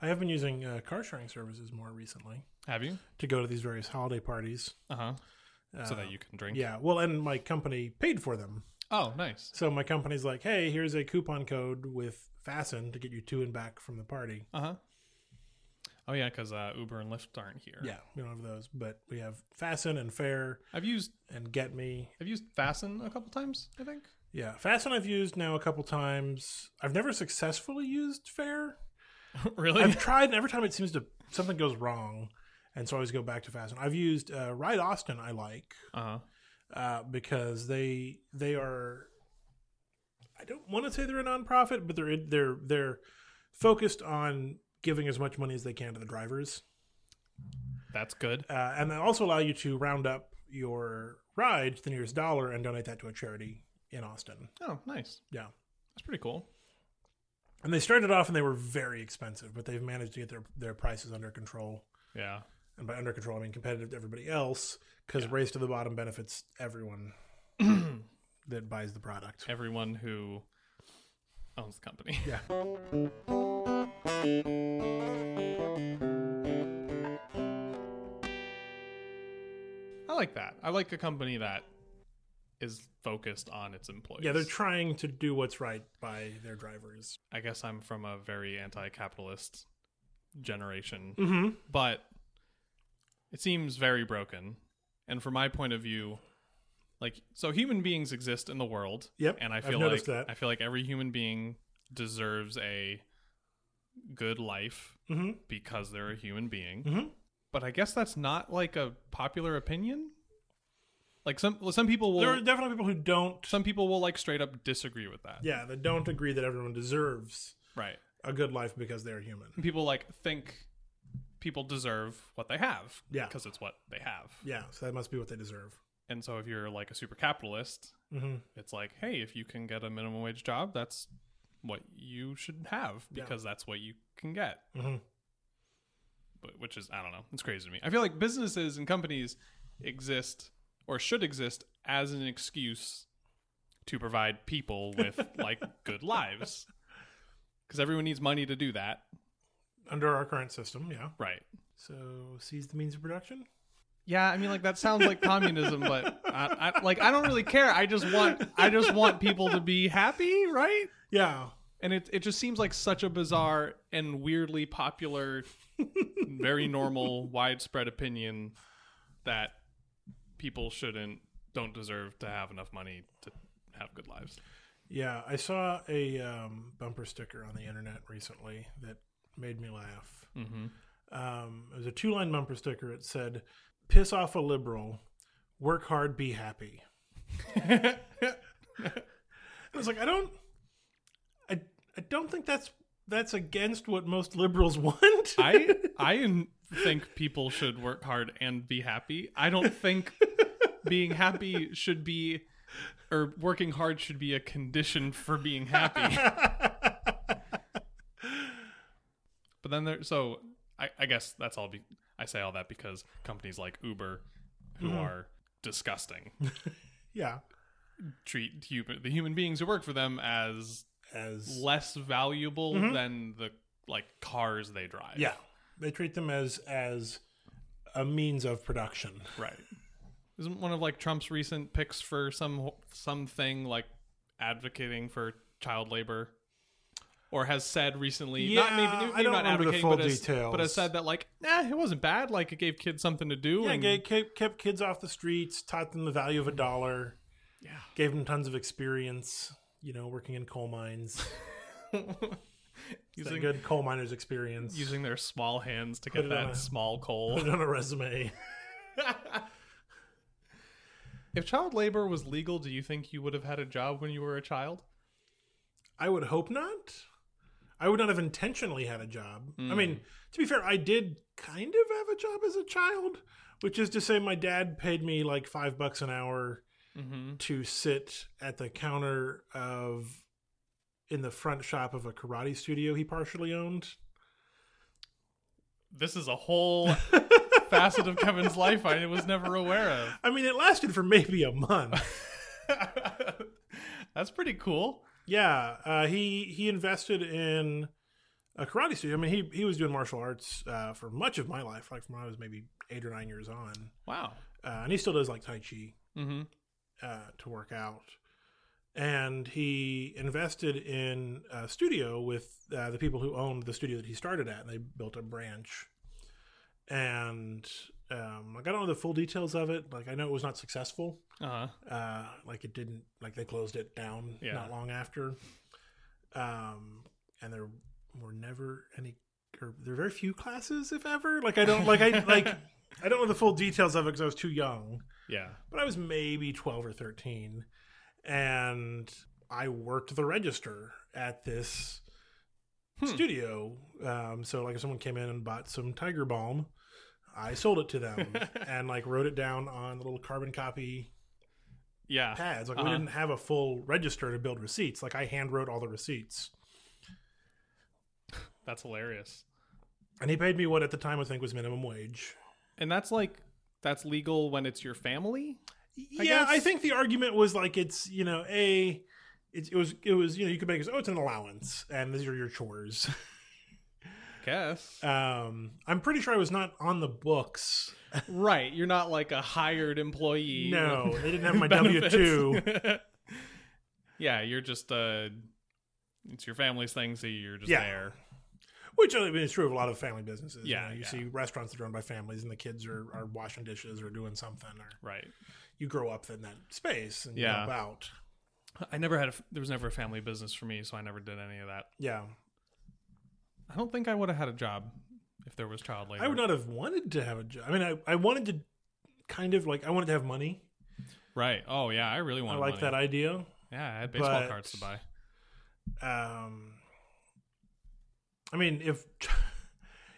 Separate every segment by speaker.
Speaker 1: I have been using uh, car sharing services more recently
Speaker 2: Have you?
Speaker 1: to go to these various holiday parties.
Speaker 2: Uh huh.
Speaker 1: Uh,
Speaker 2: so that you can drink.
Speaker 1: yeah, well, and my company paid for them,
Speaker 2: Oh, nice.
Speaker 1: so my company's like, "Hey, here's a coupon code with Fasten to get you to and back from the party."
Speaker 2: Uh huh. Oh yeah, because uh, Uber and Lyft aren't here.
Speaker 1: Yeah, we don't have those, but we have Fasten and Fair
Speaker 2: I've used
Speaker 1: and Get Me.
Speaker 2: I've used Fasten a couple times. I think.
Speaker 1: Yeah, Fasten I've used now a couple times. I've never successfully used Fair.
Speaker 2: really?
Speaker 1: I've tried, and every time it seems to something goes wrong, and so I always go back to Fasten. I've used uh, Ride Austin. I like
Speaker 2: Uh huh.
Speaker 1: uh, because they they are. I don't want to say they're a nonprofit, but they're they're they're focused on giving as much money as they can to the drivers,
Speaker 2: That's good.
Speaker 1: uh, and they also allow you to round up your ride to the nearest dollar and donate that to a charity in Austin.
Speaker 2: Oh, nice.
Speaker 1: Yeah.
Speaker 2: That's pretty cool.
Speaker 1: And they started off and they were very expensive, but they've managed to get their their prices under control.
Speaker 2: Yeah.
Speaker 1: and by under control I mean competitive to everybody else because race to the bottom benefits everyone that buys the product.
Speaker 2: Everyone who owns the company.
Speaker 1: Yeah.
Speaker 2: I like that. I like a company that is focused on its employees.
Speaker 1: Yeah, they're trying to do what's right by their drivers.
Speaker 2: I guess I'm from a very anti-capitalist generation,
Speaker 1: Mm-hmm.
Speaker 2: but it seems very broken. And from my point of view, like so human beings exist in the world.
Speaker 1: Yep,
Speaker 2: And I
Speaker 1: I've
Speaker 2: feel like
Speaker 1: noticed that.
Speaker 2: I feel like every human being deserves a good life
Speaker 1: Mm-hmm.
Speaker 2: because they're a human being.
Speaker 1: Mhm.
Speaker 2: But I guess that's not like a popular opinion. Like some well, some people will
Speaker 1: There are definitely people who don't.
Speaker 2: some people will like straight up disagree with that.
Speaker 1: Yeah, that don't agree that everyone deserves
Speaker 2: Right.
Speaker 1: a good life because they're human.
Speaker 2: And people like think people deserve what they have.
Speaker 1: Yeah.
Speaker 2: Because it's what they have.
Speaker 1: Yeah, so that must be what they deserve.
Speaker 2: And so if you're like a super capitalist,
Speaker 1: Mm-hmm.
Speaker 2: it's like, hey, if you can get a minimum wage job, that's what you should have
Speaker 1: Yeah.
Speaker 2: because that's what you can get.
Speaker 1: Mm-hmm.
Speaker 2: But which is I don't know, it's crazy to me. I feel like businesses and companies exist or should exist as an excuse to provide people with like good lives. Because everyone needs money to do that.
Speaker 1: Under our current system, yeah.
Speaker 2: Right.
Speaker 1: So seize the means of production.
Speaker 2: Yeah, I mean, like that sounds like communism, but I, I, like I don't really care. I just want I just want people to be happy, right?
Speaker 1: Yeah,
Speaker 2: And it it just seems like such a bizarre and weirdly popular, very normal, widespread opinion that people shouldn't don't deserve to have enough money to have good lives.
Speaker 1: Yeah, I saw a um, bumper sticker on the internet recently that made me laugh.
Speaker 2: Mm-hmm.
Speaker 1: Um, it was a two line bumper sticker. It said, Piss off a liberal, work hard, be happy. I was like, I don't. I, I don't think that's that's against what most liberals want.
Speaker 2: I I in- think people should work hard and be happy. I don't think being happy should be or working hard should be a condition for being happy. but then there so I, I guess that's all be, I say all that because companies like Uber who are disgusting
Speaker 1: yeah,
Speaker 2: treat human, the human beings who work for them as
Speaker 1: as
Speaker 2: less valuable than the like cars they drive.
Speaker 1: yeah, they treat them as as a means of production.
Speaker 2: Right. Isn't one of like Trump's recent picks for some something like advocating for child labor, or has said recently? not
Speaker 1: Yeah,
Speaker 2: maybe,
Speaker 1: I
Speaker 2: maybe
Speaker 1: don't
Speaker 2: not
Speaker 1: remember the
Speaker 2: advocating,
Speaker 1: full
Speaker 2: but has,
Speaker 1: details.
Speaker 2: But has said that like, nah, it wasn't bad. Like it gave kids something to do.
Speaker 1: Yeah,
Speaker 2: and,
Speaker 1: gay, kept, kept kids off the streets, taught them the value of a dollar.
Speaker 2: Yeah.
Speaker 1: gave them tons of experience. You know, working in coal mines, that
Speaker 2: using
Speaker 1: good coal miners experience.
Speaker 2: using their small hands to
Speaker 1: Put
Speaker 2: get
Speaker 1: it on
Speaker 2: that
Speaker 1: a-
Speaker 2: small coal.
Speaker 1: Put it on a resume.
Speaker 2: if child labor was legal, do you think you would have had a job when you were a child?
Speaker 1: I would hope not. I would not have intentionally had a job. I mean, to be fair, I did kind of have a job as a child, which is to say, my dad paid me like five bucks an hour
Speaker 2: Mm-hmm.
Speaker 1: to sit at the counter of in the front shop of a karate studio he partially owned.
Speaker 2: This is a whole facet of Kevin's life I was never aware of.
Speaker 1: I mean, it lasted for maybe a month.
Speaker 2: That's pretty cool.
Speaker 1: Yeah, uh, he he invested in a karate studio. I mean, he he was doing martial arts uh, for much of my life, like from when I was maybe eight or nine years on,
Speaker 2: Wow.
Speaker 1: uh, and he still does like tai chi
Speaker 2: Mm-hmm.
Speaker 1: uh, to work out. And he invested in a studio with uh, the people who owned the studio that he started at, and they built a branch. And um, like I don't know the full details of it. Like I know it was not successful.
Speaker 2: Uh huh.
Speaker 1: Uh, like it didn't. Like they closed it down
Speaker 2: Yeah.
Speaker 1: not long after. Um, and there were never any, or there were very few classes, if ever. Like I don't like I like I don't know the full details of it because I was too young
Speaker 2: Yeah.
Speaker 1: but I was maybe 12 or 13 and I worked the register at this
Speaker 2: Hmm.
Speaker 1: studio. Um, so like if someone came in and bought some tiger balm, I sold it to them and like wrote it down on the little carbon copy
Speaker 2: Yeah.
Speaker 1: pads. Like we
Speaker 2: Uh-huh.
Speaker 1: didn't have a full register to build receipts. Like I hand wrote all the receipts.
Speaker 2: That's hilarious.
Speaker 1: And he paid me what at the time I think was minimum wage.
Speaker 2: And that's like that's legal when it's your family. I
Speaker 1: yeah, I
Speaker 2: guess.
Speaker 1: think the argument was like it's you know a it, it was it was you know you could make it oh it's an allowance and these are your chores.
Speaker 2: Guess.
Speaker 1: Um, I'm pretty sure I was not on the books.
Speaker 2: right. You're not like a hired employee.
Speaker 1: No,
Speaker 2: with
Speaker 1: they didn't have my W
Speaker 2: benefits.
Speaker 1: two.
Speaker 2: yeah, you're just uh it's your family's thing, so you're just
Speaker 1: Yeah.
Speaker 2: there.
Speaker 1: Which I mean, is true of a lot of family businesses.
Speaker 2: Yeah,
Speaker 1: you, know, you
Speaker 2: yeah.
Speaker 1: see restaurants that are owned by families, and the kids are, are washing dishes or doing something, or
Speaker 2: Right.
Speaker 1: you grow up in that space and
Speaker 2: Yeah.
Speaker 1: yeah. help out.
Speaker 2: I never had a, f- there was never a family business for me, so I never did any of that.
Speaker 1: Yeah,
Speaker 2: I don't think I would have had a job if there was child labor.
Speaker 1: I would not have wanted to have a job. I mean, I, I wanted to kind of like I wanted to have money.
Speaker 2: Right. Oh yeah, I really
Speaker 1: I
Speaker 2: wanted
Speaker 1: like
Speaker 2: money.
Speaker 1: that idea.
Speaker 2: Yeah, I had baseball
Speaker 1: But-
Speaker 2: cards to buy.
Speaker 1: Um, I mean, if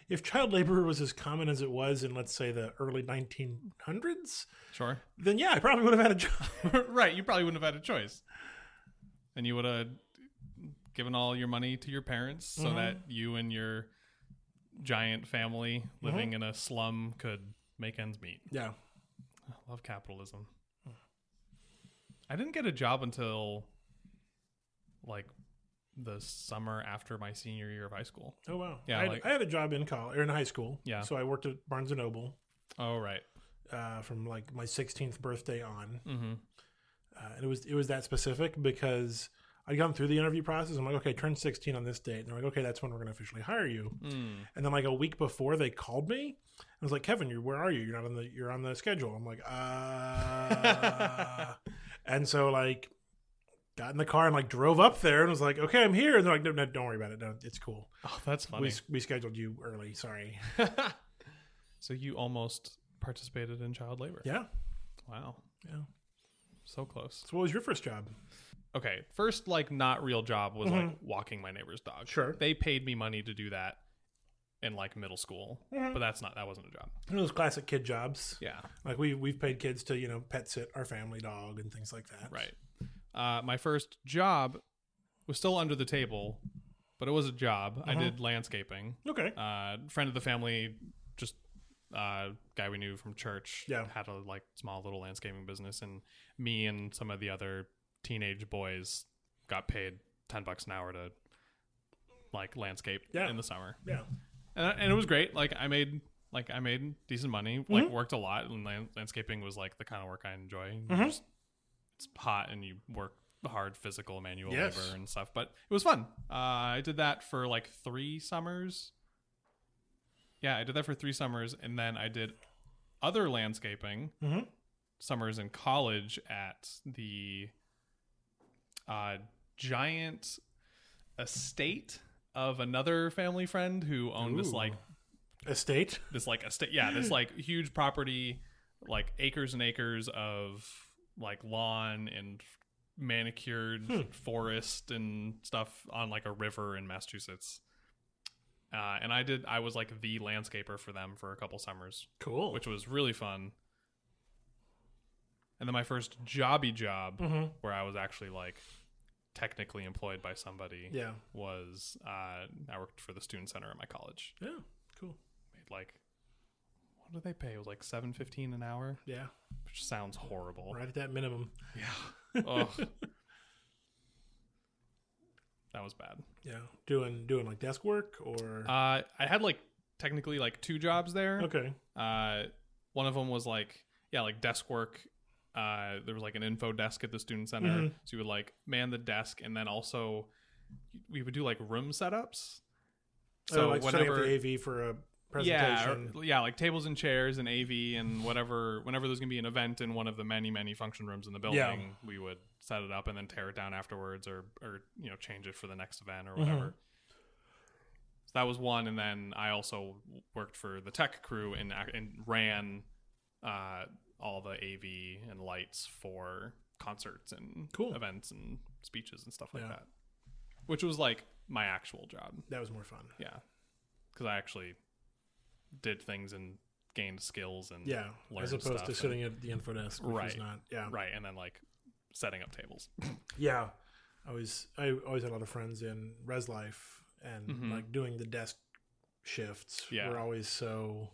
Speaker 1: if child labor was as common as it was in, let's say, the early 1900s,
Speaker 2: Sure.
Speaker 1: then yeah, I probably would have had a job.
Speaker 2: right, you probably wouldn't have had a choice. And you would have given all your money to your parents so
Speaker 1: Mhm.
Speaker 2: that you and your giant family living in a slum could make ends meet.
Speaker 1: Yeah.
Speaker 2: I love capitalism. I didn't get a job until like the summer after my senior year of high school.
Speaker 1: Oh wow.
Speaker 2: Yeah,
Speaker 1: I had,
Speaker 2: like-
Speaker 1: I had a job in college or in high school.
Speaker 2: Yeah.
Speaker 1: So I worked at Barnes and Noble
Speaker 2: Oh, right.
Speaker 1: uh, from like my 16th birthday on,
Speaker 2: Mm-hmm.
Speaker 1: uh, and it was it was that specific because I'd gone through the interview process. I'm like, okay, turn 16 on this date, and they're like, okay, that's when we're going to officially hire you.
Speaker 2: Mm.
Speaker 1: And then like a week before, they called me. I was like, Kevin, you where are you? You're not on the you're on the schedule. I'm like, uh. and so like. Got in the car and like drove up there and was like, "Okay, I'm here." And they're like, "No, no, don't worry about it. No, it's cool.
Speaker 2: Oh, that's funny.
Speaker 1: We, we scheduled you early. Sorry."
Speaker 2: so you almost participated in child labor.
Speaker 1: Yeah.
Speaker 2: Wow.
Speaker 1: Yeah.
Speaker 2: So close.
Speaker 1: So what was your first job?
Speaker 2: Okay. First, like, not real job was like
Speaker 1: Mhm.
Speaker 2: walking my neighbor's dog.
Speaker 1: Sure.
Speaker 2: They paid me money to do that in like middle school,
Speaker 1: Mhm.
Speaker 2: but that's not, that wasn't a job.
Speaker 1: You know those classic kid jobs.
Speaker 2: Yeah.
Speaker 1: Like we we've paid kids to you know pet sit our family dog and things like that.
Speaker 2: Right. Uh, my first job was still under the table, but it was a job. I did landscaping.
Speaker 1: Okay.
Speaker 2: Uh, friend of the family, just uh, guy we knew from church,
Speaker 1: Yeah.
Speaker 2: had a like small little landscaping business, and me and some of the other teenage boys got paid ten bucks an hour to like landscape
Speaker 1: Yeah.
Speaker 2: in the summer,
Speaker 1: Yeah.
Speaker 2: and, and it was great. Like I made. Like I made decent money, like worked a lot, and land- landscaping was like the kind of work I enjoy. You just it's hot and you work hard physical manual
Speaker 1: Yes.
Speaker 2: labor and stuff but it was fun uh, i did that for like three summers yeah i did that for three summers and then i did other landscaping
Speaker 1: Mhm.
Speaker 2: summers in college at the uh, giant estate of another family friend who owned this
Speaker 1: Ooh.
Speaker 2: like
Speaker 1: Estate.
Speaker 2: this like estate yeah this like huge property like acres and acres of like lawn and manicured forest and stuff on like a river in massachusetts uh, and i did i was like the landscaper for them for a couple summers
Speaker 1: Cool.
Speaker 2: which was really fun and then my first jobby job
Speaker 1: Mhm.
Speaker 2: where i was actually like technically employed by somebody
Speaker 1: Yeah.
Speaker 2: was uh, i worked for the student center at my college
Speaker 1: Yeah. Cool.
Speaker 2: made like what do they pay? It was like seven fifteen an hour,
Speaker 1: Yeah.
Speaker 2: which sounds horrible.
Speaker 1: Right at that minimum.
Speaker 2: Yeah. Ugh. That was bad.
Speaker 1: Yeah, doing doing like desk work or
Speaker 2: Uh, I had like technically like two jobs there.
Speaker 1: okay.
Speaker 2: Uh, one of them was like yeah, like desk work. Uh, there was like an info desk at the student center,
Speaker 1: Mhm.
Speaker 2: so you would like man the desk, and then also we would do like room setups.
Speaker 1: So Oh, like setting up the AV for a
Speaker 2: yeah,
Speaker 1: presentation.
Speaker 2: or- yeah, like tables and chairs and AV and whatever. Whenever there's gonna be an event in one of the many many function rooms in the building,
Speaker 1: Yeah.
Speaker 2: we would set it up and then tear it down afterwards, or or you know change it for the next event or whatever.
Speaker 1: Mm-hmm.
Speaker 2: So that was one, and then I also worked for the tech crew and ac- and ran uh, all the AV and lights for concerts and
Speaker 1: Cool.
Speaker 2: events and speeches and stuff like
Speaker 1: Yeah.
Speaker 2: that, which was like my actual job.
Speaker 1: that was more fun.
Speaker 2: Yeah, because I actually did things and gained skills and
Speaker 1: Yeah,
Speaker 2: learned
Speaker 1: as opposed
Speaker 2: stuff
Speaker 1: to
Speaker 2: and-
Speaker 1: sitting at the info desk, which
Speaker 2: Right.
Speaker 1: is not. Yeah,
Speaker 2: right and then like setting up tables.
Speaker 1: yeah. I was I always had a lot of friends in res life and
Speaker 2: Mhm.
Speaker 1: like doing the desk shifts
Speaker 2: Yeah.
Speaker 1: were always so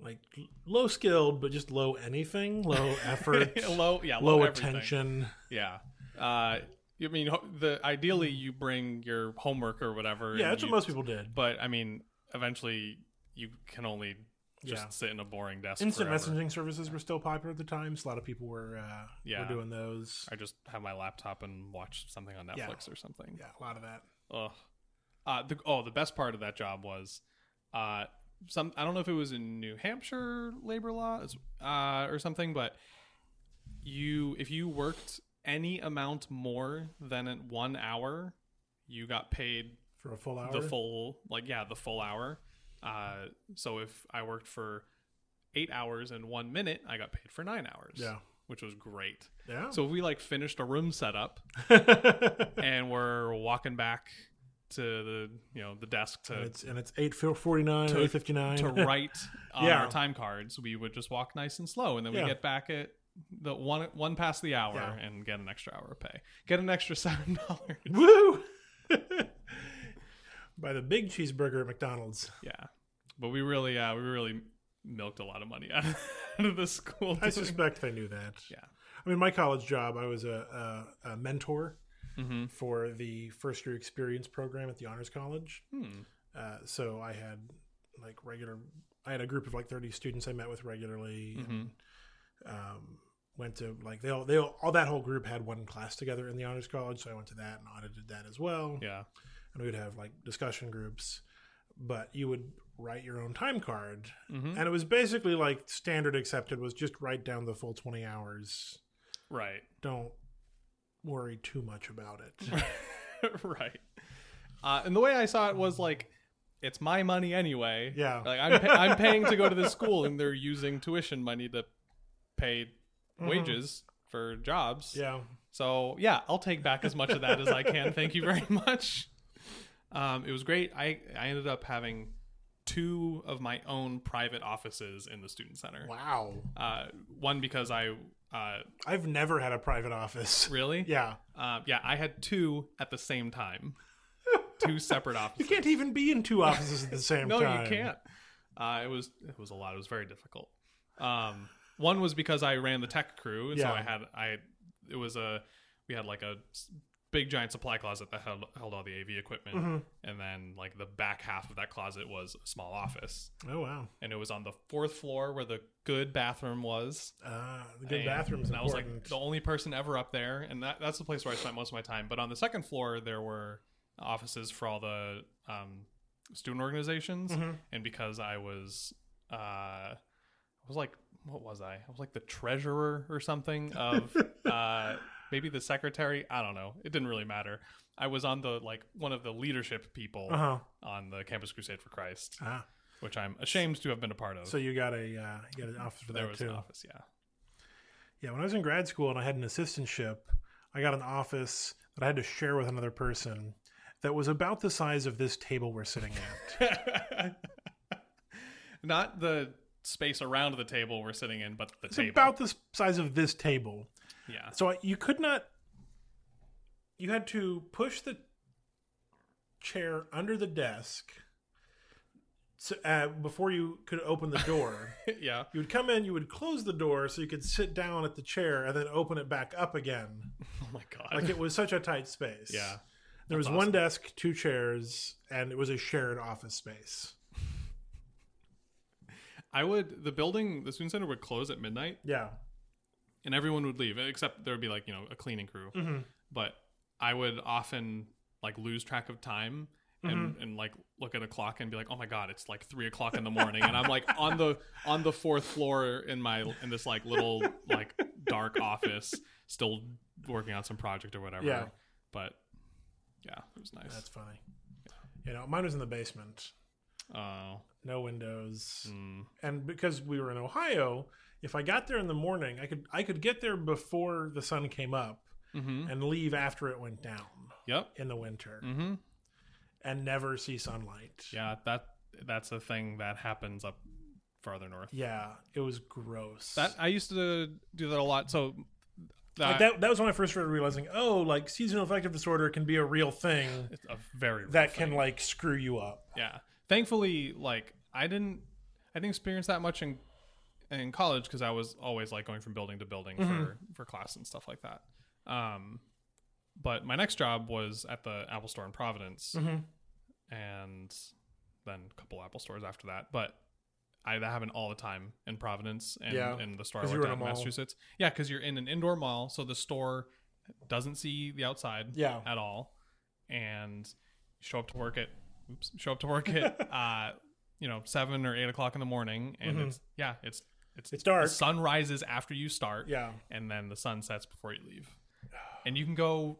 Speaker 1: like l- low skilled, but just low anything, low effort,
Speaker 2: low, yeah,
Speaker 1: low,
Speaker 2: everything.
Speaker 1: attention.
Speaker 2: Yeah, uh, I mean, ho- the ideally you bring your homework or whatever.
Speaker 1: Yeah,
Speaker 2: and
Speaker 1: that's
Speaker 2: you-
Speaker 1: what most people did.
Speaker 2: But I mean, eventually you can only just
Speaker 1: Yeah.
Speaker 2: sit in a boring desk.
Speaker 1: Instant
Speaker 2: forever.
Speaker 1: messaging services were still popular at the time, so a lot of people were uh,
Speaker 2: Yeah.
Speaker 1: were doing those.
Speaker 2: I just have my laptop and watch something on
Speaker 1: Yeah.
Speaker 2: Netflix or something.
Speaker 1: Yeah, a lot of that.
Speaker 2: Ugh. Uh, the, oh, the best part of that job was, uh, some I don't know if it was in New Hampshire labor law uh, or something, but you if you worked any amount more than at one hour, you got paid
Speaker 1: For a full hour,
Speaker 2: the full like yeah the full hour. Uh, so if I worked for eight hours and one minute, I got paid for nine hours.
Speaker 1: Yeah. Oh.
Speaker 2: which was great.
Speaker 1: yeah.
Speaker 2: So if we like finished a room setup and we're walking back to the you know the desk
Speaker 1: and
Speaker 2: to
Speaker 1: it's and it's eight forty nine,
Speaker 2: to-
Speaker 1: eight fifty nine.
Speaker 2: to write on
Speaker 1: Yeah.
Speaker 2: our time cards, we would just walk nice and slow, and then we
Speaker 1: Yeah.
Speaker 2: get back at the one one past the hour
Speaker 1: Yeah.
Speaker 2: and get an extra hour of pay, get an extra seven dollars.
Speaker 1: Woo! By the big cheeseburger at McDonald's.
Speaker 2: yeah, but we really uh, we really milked a lot of money out of, out of the school.
Speaker 1: I
Speaker 2: doing-
Speaker 1: suspect they knew that.
Speaker 2: Yeah.
Speaker 1: I mean, my college job, I was a, a, a mentor
Speaker 2: Mhm.
Speaker 1: for the first year experience program at the Honors College.
Speaker 2: Hmm.
Speaker 1: Uh, so I had like regular, I had a group of like 30 students I met with regularly.
Speaker 2: Mhm.
Speaker 1: Um, went to like, they all, they all, all that whole group had one class together in the Honors College. So I went to that and audited that as well.
Speaker 2: Yeah.
Speaker 1: and we'd have like discussion groups but you would write your own time card
Speaker 2: Mhm.
Speaker 1: and it was basically like standard accepted was just write down the full 20 hours
Speaker 2: Right.
Speaker 1: don't worry too much about it
Speaker 2: right. Uh, and the way I saw it was like, it's my money anyway.
Speaker 1: Yeah.
Speaker 2: Like I'm, pa- I'm paying to go to this school, and they're using tuition money to pay wages for jobs.
Speaker 1: Mm-hmm. yeah
Speaker 2: So yeah, I'll take back as much of that as I can. Thank you very much. Um, it was great. I I ended up having two of my own private offices in the student center.
Speaker 1: wow
Speaker 2: Uh, one because I uh,
Speaker 1: i've never had a private office
Speaker 2: really
Speaker 1: yeah
Speaker 2: uh, yeah I had two at the same time, two separate offices.
Speaker 1: you can't even be in two offices at the same
Speaker 2: no,
Speaker 1: time
Speaker 2: you can't. Uh, it was it was a lot. It was very difficult. Um, one was because I ran the tech crew, and so
Speaker 1: Yeah.
Speaker 2: I had I it was a we had like a s- big giant supply closet that held, held all the AV equipment,
Speaker 1: Mm-hmm.
Speaker 2: and then like the back half of that closet was a small office,
Speaker 1: oh wow
Speaker 2: and it was on the fourth floor where the good bathroom was.
Speaker 1: uh, the good
Speaker 2: and-
Speaker 1: bathrooms
Speaker 2: and I was
Speaker 1: important.
Speaker 2: like the only person ever up there, and that that's the place where I spent most of my time. But on the second floor, there were offices for all the um, student organizations,
Speaker 1: Mhm.
Speaker 2: and because I was, uh, I was like, what was I? I was like the treasurer or something of uh, maybe the secretary. I don't know. It didn't really matter. I was on the like one of the leadership people
Speaker 1: uh-huh
Speaker 2: on the Campus Crusade for Christ,
Speaker 1: ah.
Speaker 2: which I'm ashamed to have been a part of.
Speaker 1: so you got a uh, you got an office for
Speaker 2: there
Speaker 1: that
Speaker 2: was
Speaker 1: too
Speaker 2: an office, yeah.
Speaker 1: Yeah, when I was in grad school and I had an assistantship, I got an office that I had to share with another person that was about the size of this table we're sitting at.
Speaker 2: Not the space around the table we're sitting in, but the
Speaker 1: it's
Speaker 2: table.
Speaker 1: about the s- size of this table.
Speaker 2: yeah.
Speaker 1: So I, you could not you had to push the chair under the desk so, uh, before you could open the door.
Speaker 2: yeah.
Speaker 1: you would come in, you would close the door so you could sit down at the chair and then open it back up again.
Speaker 2: Oh my god.
Speaker 1: Like it was such a tight space.
Speaker 2: yeah.
Speaker 1: There was one desk, two chairs, and it was a shared office space.
Speaker 2: I would the building the student center would close at midnight
Speaker 1: Yeah.
Speaker 2: and everyone would leave except there would be like you know a cleaning crew.
Speaker 1: Mm-hmm.
Speaker 2: But I would often like lose track of time and,
Speaker 1: Mm-hmm.
Speaker 2: and like look at a clock and be like, oh my god, it's like three o'clock in the morning, and I'm like on the on the fourth floor in my in this like little like dark office, still working on some project or whatever.
Speaker 1: Yeah.
Speaker 2: But yeah, it was nice.
Speaker 1: That's funny. You know, mine was in the basement,
Speaker 2: Oh,
Speaker 1: no windows,
Speaker 2: mm,
Speaker 1: and because we were in Ohio, if I got there in the morning, I could I could get there before the sun came up
Speaker 2: hmm
Speaker 1: and leave after it went down
Speaker 2: yep.
Speaker 1: in the winter
Speaker 2: Mm-hmm.
Speaker 1: and never see sunlight.
Speaker 2: Yeah, that that's a thing that happens up farther north.
Speaker 1: Yeah, it was gross.
Speaker 2: That I used to do that a lot. So that,
Speaker 1: like that, that was when I first started realizing, oh, like seasonal affective disorder can be a real thing
Speaker 2: it's a very real
Speaker 1: that
Speaker 2: thing.
Speaker 1: can like screw you up.
Speaker 2: yeah. Thankfully, like I didn't I didn't experience that much in in college because I was always like going from building to building for
Speaker 1: Mm-hmm.
Speaker 2: for class and stuff like that. Um, but my next job was at the Apple Store in Providence,
Speaker 1: Mhm.
Speaker 2: and then a couple Apple stores after that. But I that happened all the time in Providence and
Speaker 1: Yeah,
Speaker 2: in the store I
Speaker 1: 'cause you
Speaker 2: worked
Speaker 1: were
Speaker 2: at
Speaker 1: in
Speaker 2: in
Speaker 1: a mall.
Speaker 2: Massachusetts. Yeah, because you're in an indoor mall, so the store doesn't see the outside
Speaker 1: Yeah.
Speaker 2: at all, and you show up to work at oops, show up to work at uh, you know seven or eight o'clock in the morning, and
Speaker 1: Mhm.
Speaker 2: it's yeah, it's it's
Speaker 1: It's dark.
Speaker 2: The sun rises after you start,
Speaker 1: Yeah.
Speaker 2: and then the sun sets before you leave, and you can go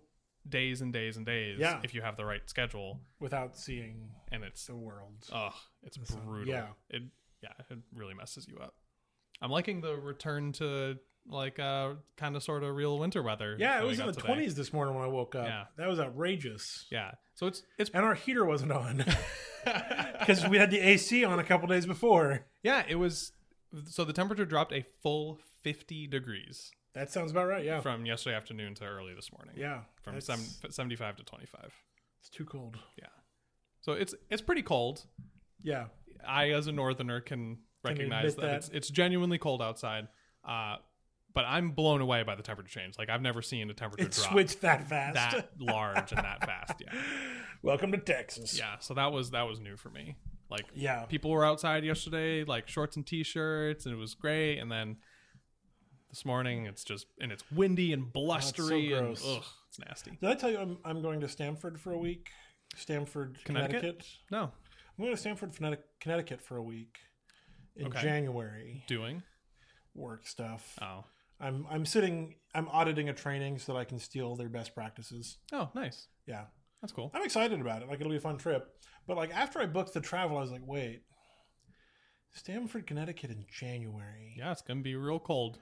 Speaker 2: days and days and days
Speaker 1: Yeah.
Speaker 2: if you have the right schedule,
Speaker 1: Without seeing
Speaker 2: and it's
Speaker 1: the world.
Speaker 2: Ugh, it's brutal.
Speaker 1: uh, yeah.
Speaker 2: It yeah, it really messes you up. I'm liking the return to like uh kind of sort of real winter weather.
Speaker 1: yeah,
Speaker 2: that
Speaker 1: it
Speaker 2: we
Speaker 1: was in
Speaker 2: got
Speaker 1: the
Speaker 2: today.
Speaker 1: 20s this morning when I woke up.
Speaker 2: Yeah.
Speaker 1: That was outrageous.
Speaker 2: Yeah. So it's it's
Speaker 1: And our heater wasn't on because we had the AC on a couple days before.
Speaker 2: yeah, it was so the temperature dropped a full 50 degrees
Speaker 1: That sounds about right. Yeah.
Speaker 2: from yesterday afternoon to early this morning.
Speaker 1: Oh. yeah.
Speaker 2: From
Speaker 1: that's-
Speaker 2: seven, 75 to 25.
Speaker 1: It's too cold.
Speaker 2: Yeah. So it's it's pretty cold.
Speaker 1: Yeah.
Speaker 2: I, as a northerner, can recognize
Speaker 1: admit
Speaker 2: that,
Speaker 1: that?
Speaker 2: It's, it's genuinely cold outside. Uh, but I'm blown away by the temperature change. Like I've never seen a temperature
Speaker 1: It
Speaker 2: drop
Speaker 1: switched that fast.
Speaker 2: that large and that fast. Yeah,
Speaker 1: Welcome to Texas.
Speaker 2: yeah. So that was that was new for me. Like
Speaker 1: Yeah.
Speaker 2: people were outside yesterday, like shorts and t-shirts, and it was great. And then this morning, it's just and it's windy and blustery and
Speaker 1: Oh, gross.
Speaker 2: ugh, it's nasty.
Speaker 1: Did I tell you I'm, I'm going to Stamford for a week? Stamford,
Speaker 2: Connecticut?
Speaker 1: Connecticut?
Speaker 2: No,
Speaker 1: I'm going to Stamford, Connecti- Connecticut for a week in
Speaker 2: Okay.
Speaker 1: January.
Speaker 2: doing
Speaker 1: Work stuff.
Speaker 2: oh
Speaker 1: I'm I'm sitting. I'm auditing a training so that I can steal their best practices.
Speaker 2: oh nice.
Speaker 1: Yeah,
Speaker 2: That's cool.
Speaker 1: I'm excited about it. Like it'll be a fun trip. But like after I booked the travel, I was like, wait, Stamford, Connecticut in January.
Speaker 2: Yeah, it's gonna be real cold,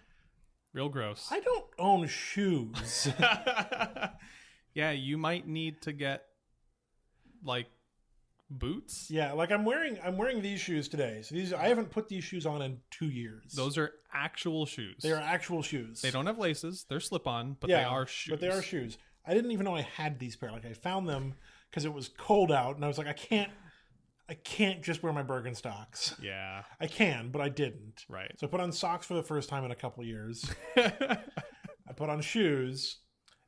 Speaker 2: real gross.
Speaker 1: I don't own shoes.
Speaker 2: yeah, you might need to get like boots.
Speaker 1: yeah, like I'm wearing I'm wearing these shoes today. So these I haven't put these shoes on in two years.
Speaker 2: Those are actual shoes.
Speaker 1: they are actual shoes.
Speaker 2: They don't have laces. They're slip on, but they
Speaker 1: Yeah,
Speaker 2: are shoes.
Speaker 1: But they are shoes. I didn't even know I had these pair. Like I found them because it was cold out, and I was like, I can't, I can't just wear my Birkenstocks.
Speaker 2: Yeah,
Speaker 1: I can, but I didn't.
Speaker 2: right.
Speaker 1: So I put on socks for the first time in a couple years. I put on shoes,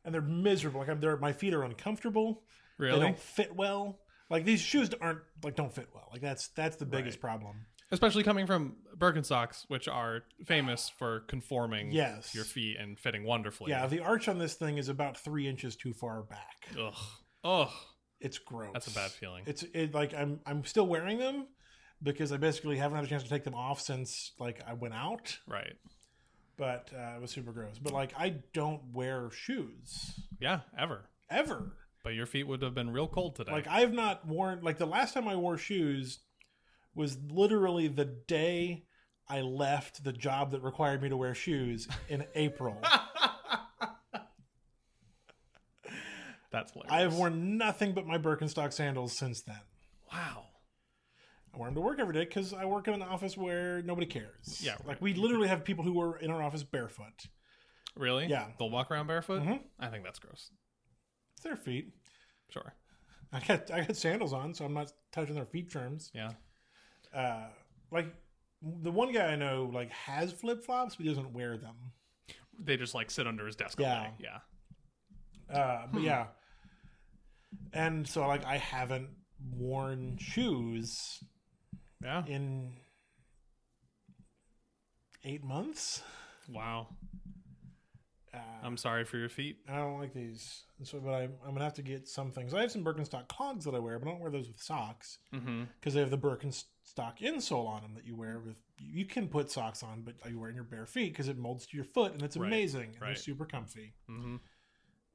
Speaker 1: and they're miserable. Like I'm, they're, my feet are uncomfortable. They
Speaker 2: really?
Speaker 1: don't fit well. Like these shoes aren't like don't fit well. Like that's that's the biggest problem.
Speaker 2: Especially coming from Birkenstocks, which are famous for conforming
Speaker 1: Yes.
Speaker 2: to your feet and fitting wonderfully.
Speaker 1: Yeah, the arch on this thing is about three inches too far back.
Speaker 2: Ugh. Ugh.
Speaker 1: It's gross.
Speaker 2: That's a bad feeling.
Speaker 1: It's it like I'm I'm still wearing them because I basically haven't had a chance to take them off since like I went out.
Speaker 2: right.
Speaker 1: But uh, it was super gross. But like I don't wear shoes
Speaker 2: Yeah. Ever.
Speaker 1: ever.
Speaker 2: But your feet would have been real cold today.
Speaker 1: Like I've not worn like the last time I wore shoes was literally the day I left the job that required me to wear shoes in April.
Speaker 2: That's hilarious.
Speaker 1: I have worn nothing but my Birkenstock sandals since then.
Speaker 2: Wow.
Speaker 1: I wear them to work every day because I work in an office where nobody cares.
Speaker 2: Yeah,
Speaker 1: like
Speaker 2: right.
Speaker 1: we literally have people who are in our office barefoot.
Speaker 2: Really?
Speaker 1: Yeah.
Speaker 2: They'll walk around barefoot?
Speaker 1: Mhm.
Speaker 2: I think that's gross.
Speaker 1: It's their feet.
Speaker 2: Sure.
Speaker 1: I got I got sandals on, so I'm not touching their feet terms.
Speaker 2: Yeah.
Speaker 1: Uh, like the one guy I know like has flip flops, but he doesn't wear them.
Speaker 2: They just like sit under his desk
Speaker 1: Yeah.
Speaker 2: all day. Yeah.
Speaker 1: Uh, but yeah, and so like I haven't worn shoes
Speaker 2: Yeah.
Speaker 1: in eight months.
Speaker 2: Wow.
Speaker 1: Uh,
Speaker 2: I'm sorry for your feet.
Speaker 1: I don't like these, And so but I, I'm gonna have to get some things. I have some Birkenstock clogs that I wear, but I don't wear those with socks
Speaker 2: Mm-hmm.
Speaker 1: because they have the Birkenstock insole on them that you wear with. You can put socks on, but you wear in your bare feet because it molds to your foot, and it's
Speaker 2: Right,
Speaker 1: amazing. And they're
Speaker 2: right.
Speaker 1: super comfy.
Speaker 2: Mm-hmm.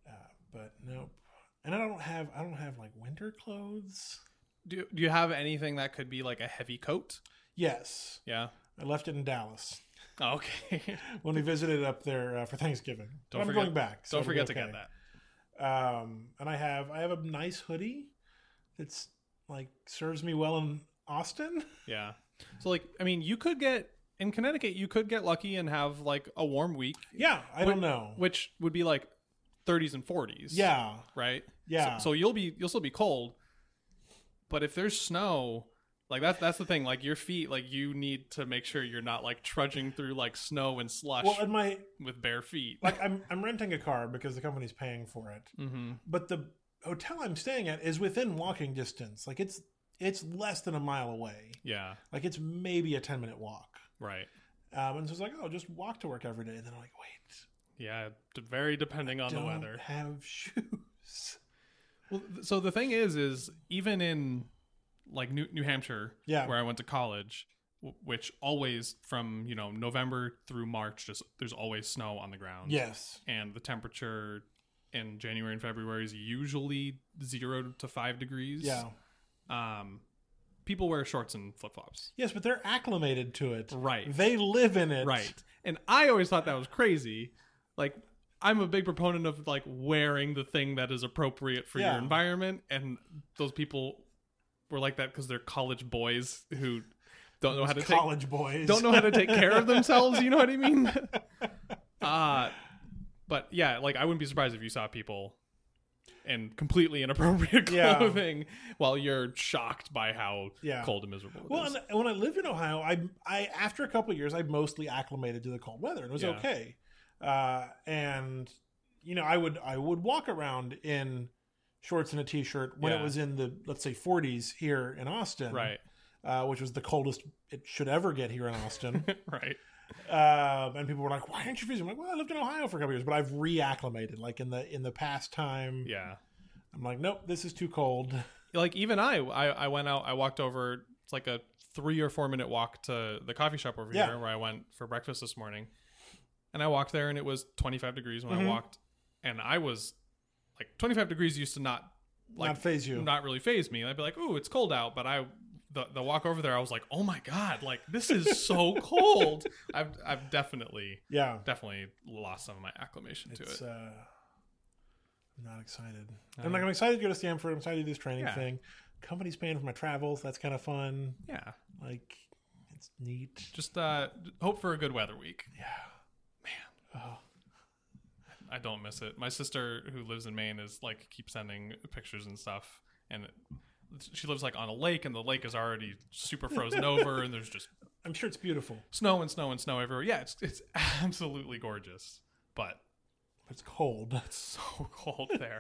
Speaker 1: Uh, but nope. And I don't have I don't have like winter clothes.
Speaker 2: Do Do you have anything that could be like a heavy coat?
Speaker 1: Yes,
Speaker 2: Yeah.
Speaker 1: I left it in Dallas
Speaker 2: Oh, okay.
Speaker 1: when we visited up there uh, for Thanksgiving. But
Speaker 2: Don't
Speaker 1: I'm
Speaker 2: forget-
Speaker 1: going back. so
Speaker 2: Don't
Speaker 1: it'll be
Speaker 2: forget to
Speaker 1: okay.
Speaker 2: get that.
Speaker 1: Um, and I have I have a nice hoodie that's like serves me well in Austin.
Speaker 2: Yeah. So like, I mean, you could get in Connecticut. You could get lucky and have like a warm week,
Speaker 1: Yeah, I
Speaker 2: Wait,
Speaker 1: don't know.
Speaker 2: which would be like 30s and 40s.
Speaker 1: yeah,
Speaker 2: Right.
Speaker 1: yeah.
Speaker 2: So, so you'll be you'll still be cold, but if there's snow, like that's that's the thing. Like your feet, like you need to make sure you're not like trudging through like snow and slush
Speaker 1: well, and my
Speaker 2: with bare feet.
Speaker 1: like I'm I'm renting a car because the company's paying for it,
Speaker 2: mm-hmm.
Speaker 1: but the hotel I'm staying at is within walking distance. Like it's it's less than a mile away.
Speaker 2: Yeah.
Speaker 1: Like it's maybe a ten minute walk.
Speaker 2: Right.
Speaker 1: Um, and so it's like, oh, just walk to work every day. And then I'm like, wait,
Speaker 2: Yeah. d- Very depending on
Speaker 1: don't
Speaker 2: the weather.
Speaker 1: have shoes.
Speaker 2: Well, th- so the thing is, is even in like New, New Hampshire,
Speaker 1: Yeah.
Speaker 2: where I went to college, w- which always from you know November through March, just there's always snow on the ground.
Speaker 1: Yes.
Speaker 2: and the temperature in January and February is usually zero to five degrees.
Speaker 1: Yeah.
Speaker 2: um, people wear shorts and flip flops.
Speaker 1: Yes, but they're acclimated to it.
Speaker 2: Right.
Speaker 1: They live in it.
Speaker 2: Right. And I always thought that was crazy. Like I'm a big proponent of like wearing the thing that is appropriate for
Speaker 1: Yeah.
Speaker 2: your environment and those people were like that cuz they're college boys who don't know how to take
Speaker 1: College boys.
Speaker 2: don't know how to take care of themselves, you know what I mean? Uh but yeah, like I wouldn't be surprised if you saw people in completely inappropriate
Speaker 1: Yeah.
Speaker 2: clothing while you're shocked by how
Speaker 1: Yeah.
Speaker 2: cold and miserable it is.
Speaker 1: Well, and when I lived in Ohio, I, I after a couple of years, I mostly acclimated to the cold weather and it was
Speaker 2: Yeah.
Speaker 1: okay. Uh, and you know, I would I would walk around in shorts and a t-shirt when it
Speaker 2: Yeah.
Speaker 1: was in the let's say 40s here in Austin,
Speaker 2: right.
Speaker 1: Uh, which was the coldest it should ever get here in Austin.
Speaker 2: right.
Speaker 1: um, and people were like, "Why aren't you freezing?" I'm like, "Well, I lived in Ohio for a couple years, but I've reacclimated. Like in the in the past time,
Speaker 2: Yeah.
Speaker 1: I'm like, nope, this is too cold.
Speaker 2: like even I, I i went out i walked over it's like a three or four minute walk to the coffee shop over
Speaker 1: Yeah.
Speaker 2: here where i went for breakfast this morning and i walked there and it was 25 degrees when
Speaker 1: Mhm.
Speaker 2: i walked and i was like 25 degrees used to not like
Speaker 1: Not phase you.
Speaker 2: not really phase me i'd be like oh it's cold out but i the, the walk over there i was like oh my god like this is so cold i've i've definitely
Speaker 1: yeah,
Speaker 2: definitely lost some of my acclimation to
Speaker 1: it's.
Speaker 2: it
Speaker 1: Uh, I'm not excited. I'm like, I'm excited to go to Stanford. I'm excited to do this training
Speaker 2: Yeah.
Speaker 1: thing. Company's paying for my travels. That's kind of fun.
Speaker 2: yeah
Speaker 1: Like, it's neat.
Speaker 2: just uh hope for a good weather week
Speaker 1: Yeah, man.
Speaker 2: I don't miss it. My sister who lives in Maine is like keeps sending pictures and stuff, and it- she lives like on a lake, and the lake is already super frozen over, and there's just
Speaker 1: I'm sure it's beautiful,
Speaker 2: snow and snow and snow everywhere. Yeah, it's it's absolutely gorgeous, but
Speaker 1: but it's cold.
Speaker 2: it's so cold there.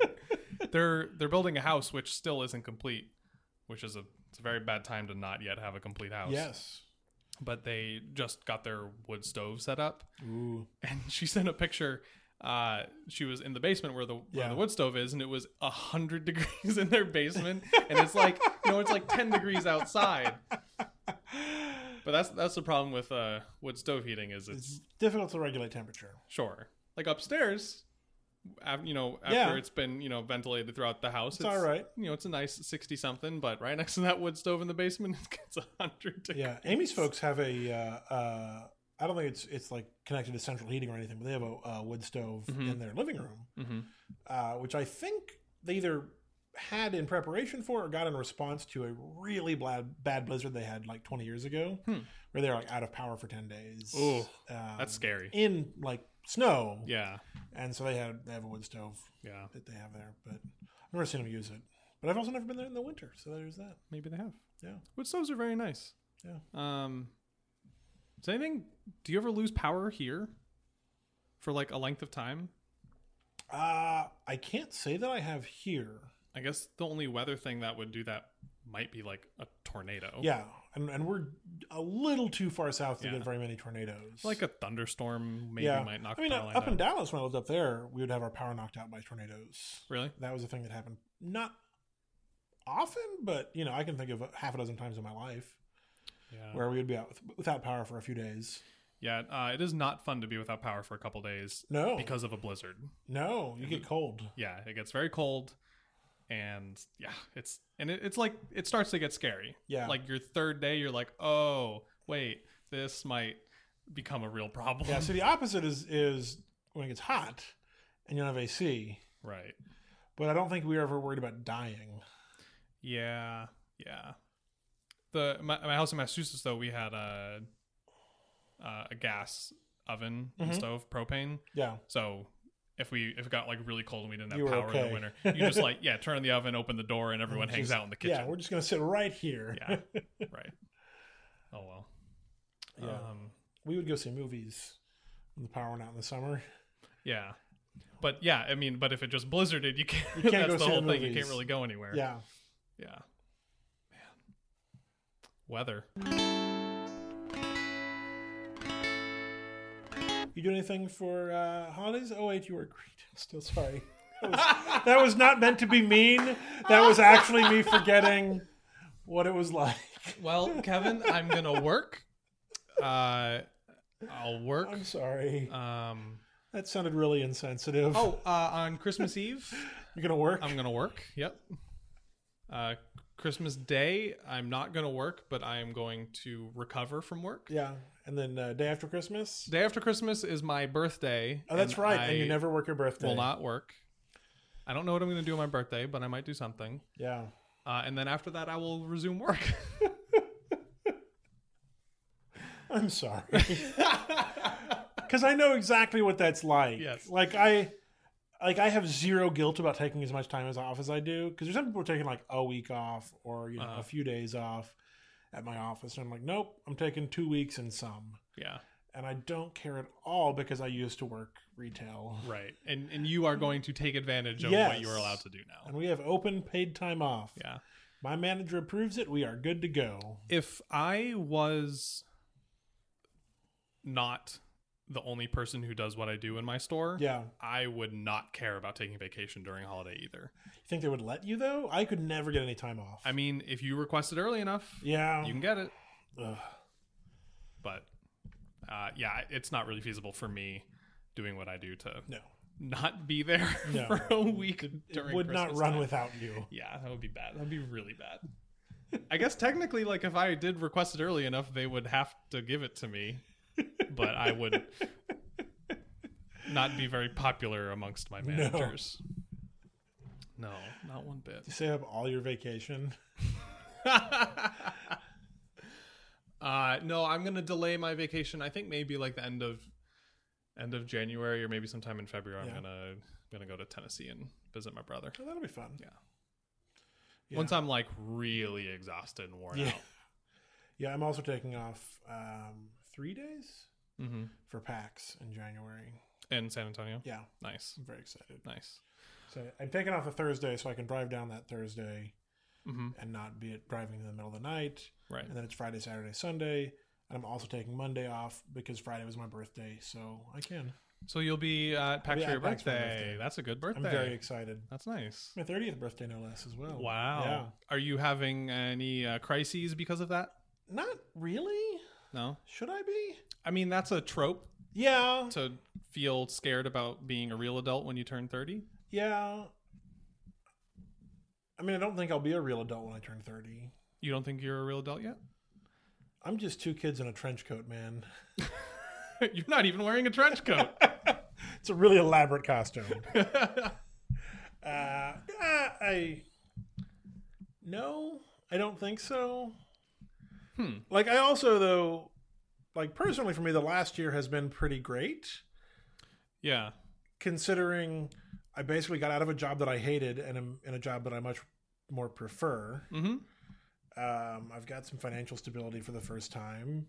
Speaker 2: they're they're building a house which still isn't complete, which is a it's a very bad time to not yet have a complete house.
Speaker 1: Yes.
Speaker 2: But they just got their wood stove set up,
Speaker 1: Ooh.
Speaker 2: and she sent a picture. Uh, she was in the basement where the where
Speaker 1: Yeah.
Speaker 2: the wood stove is, and it was a hundred degrees in their basement, and it's like you know it's like ten degrees outside. But that's that's the problem with uh wood stove heating is it's
Speaker 1: It's difficult to regulate temperature.
Speaker 2: sure like upstairs, af- you know after
Speaker 1: Yeah.
Speaker 2: it's been you know ventilated throughout the house,
Speaker 1: It's all right.
Speaker 2: You know it's a nice sixty something, but right next to that wood stove in the basement, it gets a hundred. degrees.
Speaker 1: Yeah, Amy's folks have a. Uh, uh, I don't think it's it's like connected to central heating or anything, but they have a, uh wood stove
Speaker 2: Mhm.
Speaker 1: in their living room,
Speaker 2: Mm-hmm.
Speaker 1: uh, which I think they either had in preparation for or got in response to a really bad bad blizzard they had like 20 years ago,
Speaker 2: Hmm.
Speaker 1: where they were like out of power for 10 days.
Speaker 2: Ooh,
Speaker 1: um,
Speaker 2: That's scary.
Speaker 1: in like snow,
Speaker 2: Yeah,
Speaker 1: and so they had they have a wood stove
Speaker 2: yeah.
Speaker 1: that they have there, but I've never seen them use it. But I've also never been there in the winter, so there's that.
Speaker 2: Maybe they have.
Speaker 1: Yeah.
Speaker 2: Wood stoves are very nice.
Speaker 1: Yeah.
Speaker 2: Um Does anything do you ever lose power here for like a length of time?
Speaker 1: Uh, I can't say that I have here.
Speaker 2: I guess the only weather thing that would do that might be like a tornado.
Speaker 1: Yeah, and and we're a little too far south to
Speaker 2: Yeah.
Speaker 1: get very many tornadoes.
Speaker 2: Like a thunderstorm maybe
Speaker 1: yeah,
Speaker 2: might knock
Speaker 1: I mean,
Speaker 2: power line
Speaker 1: up in
Speaker 2: out.
Speaker 1: Dallas when I lived up there, we would have our power knocked out by tornadoes.
Speaker 2: Really?
Speaker 1: That was a thing that happened not often, but you know, I can think of half a dozen times in my life
Speaker 2: Yeah.
Speaker 1: where we would be out with- without power for a few days.
Speaker 2: yeah, uh, it is not fun to be without power for a couple days
Speaker 1: No,
Speaker 2: because of a blizzard.
Speaker 1: no, you get cold.
Speaker 2: Yeah, it gets very cold and yeah, it's and it, it's like it starts to get scary.
Speaker 1: Yeah,
Speaker 2: Like your third day you're like, "Oh, wait, this might become a real problem."
Speaker 1: yeah. So the opposite is is when it gets hot and you don't have AC.
Speaker 2: right.
Speaker 1: But I don't think we were ever worried about dying.
Speaker 2: Yeah, yeah. The my, my house in Massachusetts though we had a uh, a gas oven and
Speaker 1: Mhm.
Speaker 2: stove propane.
Speaker 1: Yeah,
Speaker 2: So if we if it got like really cold and we didn't have
Speaker 1: You were
Speaker 2: power in
Speaker 1: okay.
Speaker 2: the winter, you just like yeah turn on the oven, open the door, and everyone hangs
Speaker 1: Just-
Speaker 2: out in the kitchen.
Speaker 1: yeah. We're just gonna sit right here.
Speaker 2: Yeah, right. Oh well.
Speaker 1: Yeah.
Speaker 2: Um,
Speaker 1: we would go see movies when the power went out in the summer.
Speaker 2: yeah. But yeah, I mean, but if it just blizzarded, you can't.
Speaker 1: can't
Speaker 2: that's
Speaker 1: go
Speaker 2: the
Speaker 1: see the
Speaker 2: whole thing. You can't
Speaker 1: movies.
Speaker 2: really go anywhere.
Speaker 1: Yeah.
Speaker 2: Yeah. Man. Weather.
Speaker 1: You do anything for uh, holidays? Oh wait, you were still sorry. That was, that was not meant to be mean. That was actually me forgetting what it was like.
Speaker 2: Well, Kevin, I'm gonna work. Uh, I'll work.
Speaker 1: I'm sorry.
Speaker 2: Um,
Speaker 1: That sounded really insensitive.
Speaker 2: oh, uh, on Christmas Eve,
Speaker 1: you're gonna work?
Speaker 2: I'm gonna work. Yep. Uh, Christmas Day, I'm not gonna work, but I am going to recover from work.
Speaker 1: yeah. And then uh, day after Christmas.
Speaker 2: Day after Christmas is my birthday.
Speaker 1: Oh, that's
Speaker 2: and
Speaker 1: right.
Speaker 2: I
Speaker 1: and you never work your birthday.
Speaker 2: will not work. I don't know what I'm gonna do on my birthday, but I might do something.
Speaker 1: Yeah.
Speaker 2: Uh, and then after that, I will resume work.
Speaker 1: I'm sorry. Cuz I know exactly what that's like.
Speaker 2: Yes.
Speaker 1: Like I like I have zero guilt about taking as much time as off as I do cuz there's some people who are taking like a week off or you know
Speaker 2: Uh-huh.
Speaker 1: a few days off at my office and I'm like nope, I'm taking 2 weeks and some.
Speaker 2: yeah,
Speaker 1: And I don't care at all because I used to work retail.
Speaker 2: right. And and you are going to take advantage of what you are
Speaker 1: Yes.
Speaker 2: allowed to do now.
Speaker 1: And we have open paid time off.
Speaker 2: Yeah.
Speaker 1: My manager approves it. We are good to go.
Speaker 2: if I was not the only person who does what I do in my store,
Speaker 1: Yeah. You
Speaker 2: I would not care about taking vacation during holiday either.
Speaker 1: think they would let you though? I could never get any time off.
Speaker 2: I mean, if you request it early enough,
Speaker 1: yeah.
Speaker 2: you can get it,
Speaker 1: Ugh.
Speaker 2: but uh, yeah, it's not really feasible for me doing what I do to
Speaker 1: No.
Speaker 2: not be there
Speaker 1: No.
Speaker 2: for a week during
Speaker 1: It would not
Speaker 2: Christmas
Speaker 1: run
Speaker 2: time.
Speaker 1: without you.
Speaker 2: Yeah, that would be bad. That'd be really bad. I guess technically, like if I did request it early enough, they would have to give it to me, but I would not be very popular amongst my managers. No, not one bit.
Speaker 1: You save up all your vacation.
Speaker 2: uh, no, I'm gonna delay my vacation. I think maybe like the end of end of January or maybe sometime in February.
Speaker 1: Yeah.
Speaker 2: I'm gonna gonna go to Tennessee and visit my brother.
Speaker 1: Oh, that'll be fun.
Speaker 2: Yeah.
Speaker 1: Yeah.
Speaker 2: Once I'm like really exhausted and worn
Speaker 1: Yeah.
Speaker 2: out.
Speaker 1: Yeah, I'm also taking off um, three days
Speaker 2: Mm-hmm.
Speaker 1: for PAX in January.
Speaker 2: In San Antonio.
Speaker 1: Yeah,
Speaker 2: Nice.
Speaker 1: I'm very excited.
Speaker 2: Nice.
Speaker 1: So I'm taking off a Thursday so I can drive down that Thursday
Speaker 2: hmm
Speaker 1: and not be at driving in the middle of the night.
Speaker 2: Right.
Speaker 1: And then it's Friday, Saturday, Sunday. And I'm also taking Monday off because Friday was my birthday, so I can.
Speaker 2: So you'll be uh, at PAX
Speaker 1: be
Speaker 2: for
Speaker 1: at
Speaker 2: your
Speaker 1: PAX for my
Speaker 2: birthday.
Speaker 1: birthday.
Speaker 2: That's a good
Speaker 1: I'm
Speaker 2: birthday.
Speaker 1: very excited.
Speaker 2: That's nice.
Speaker 1: My 30th birthday, no less, as well.
Speaker 2: Wow.
Speaker 1: Yeah.
Speaker 2: Are you having any uh, crises because of that?
Speaker 1: Not really.
Speaker 2: No.
Speaker 1: Should I be?
Speaker 2: I mean, that's a trope
Speaker 1: Yeah.
Speaker 2: to feel scared about being a real adult when you turn 30.
Speaker 1: Yeah. I mean, I don't think I'll be a real adult when I turn 30.
Speaker 2: You don't think you're a real adult yet?
Speaker 1: I'm just two kids in a trench coat, man.
Speaker 2: you're not even wearing a trench coat.
Speaker 1: It's a really elaborate costume. uh, uh, I. No, I don't think so.
Speaker 2: Hmm.
Speaker 1: Like, I also, though, like, personally for me, the last year has been pretty great
Speaker 2: yeah.
Speaker 1: considering I basically got out of a job that I hated and am in a job that I much more prefer.
Speaker 2: Mm-hmm.
Speaker 1: Um, I've got some financial stability for the first time.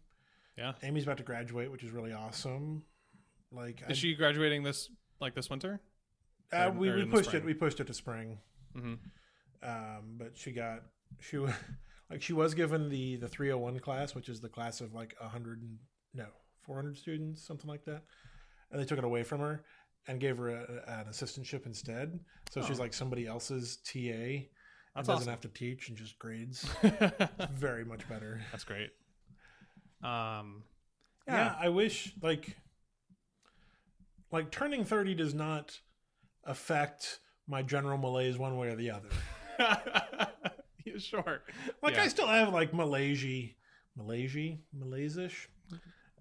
Speaker 2: Yeah.
Speaker 1: Amy's about to graduate, which is really awesome. Like I,
Speaker 2: Is she graduating this like this winter?
Speaker 1: uh,
Speaker 2: or-
Speaker 1: we,
Speaker 2: or
Speaker 1: we
Speaker 2: in the
Speaker 1: pushed
Speaker 2: spring?
Speaker 1: it, we pushed it to spring.
Speaker 2: Mhm.
Speaker 1: um, but she got she wa- like she was given the the 301 class, which is the class of like 100 and- no 400 students, something like that, and they took it away from her and gave her a, an assistantship instead. So she's like somebody else's TA. and
Speaker 2: Oh. That's
Speaker 1: doesn't
Speaker 2: awesome.
Speaker 1: have to teach and just grades.
Speaker 2: That's
Speaker 1: Very much better.
Speaker 2: great. Um,
Speaker 1: yeah. i wish like like turning 30 does not affect my general malaise one way or the other
Speaker 2: yeah, sure.
Speaker 1: like
Speaker 2: Yeah.
Speaker 1: i still have like malaysia malaysia malaisish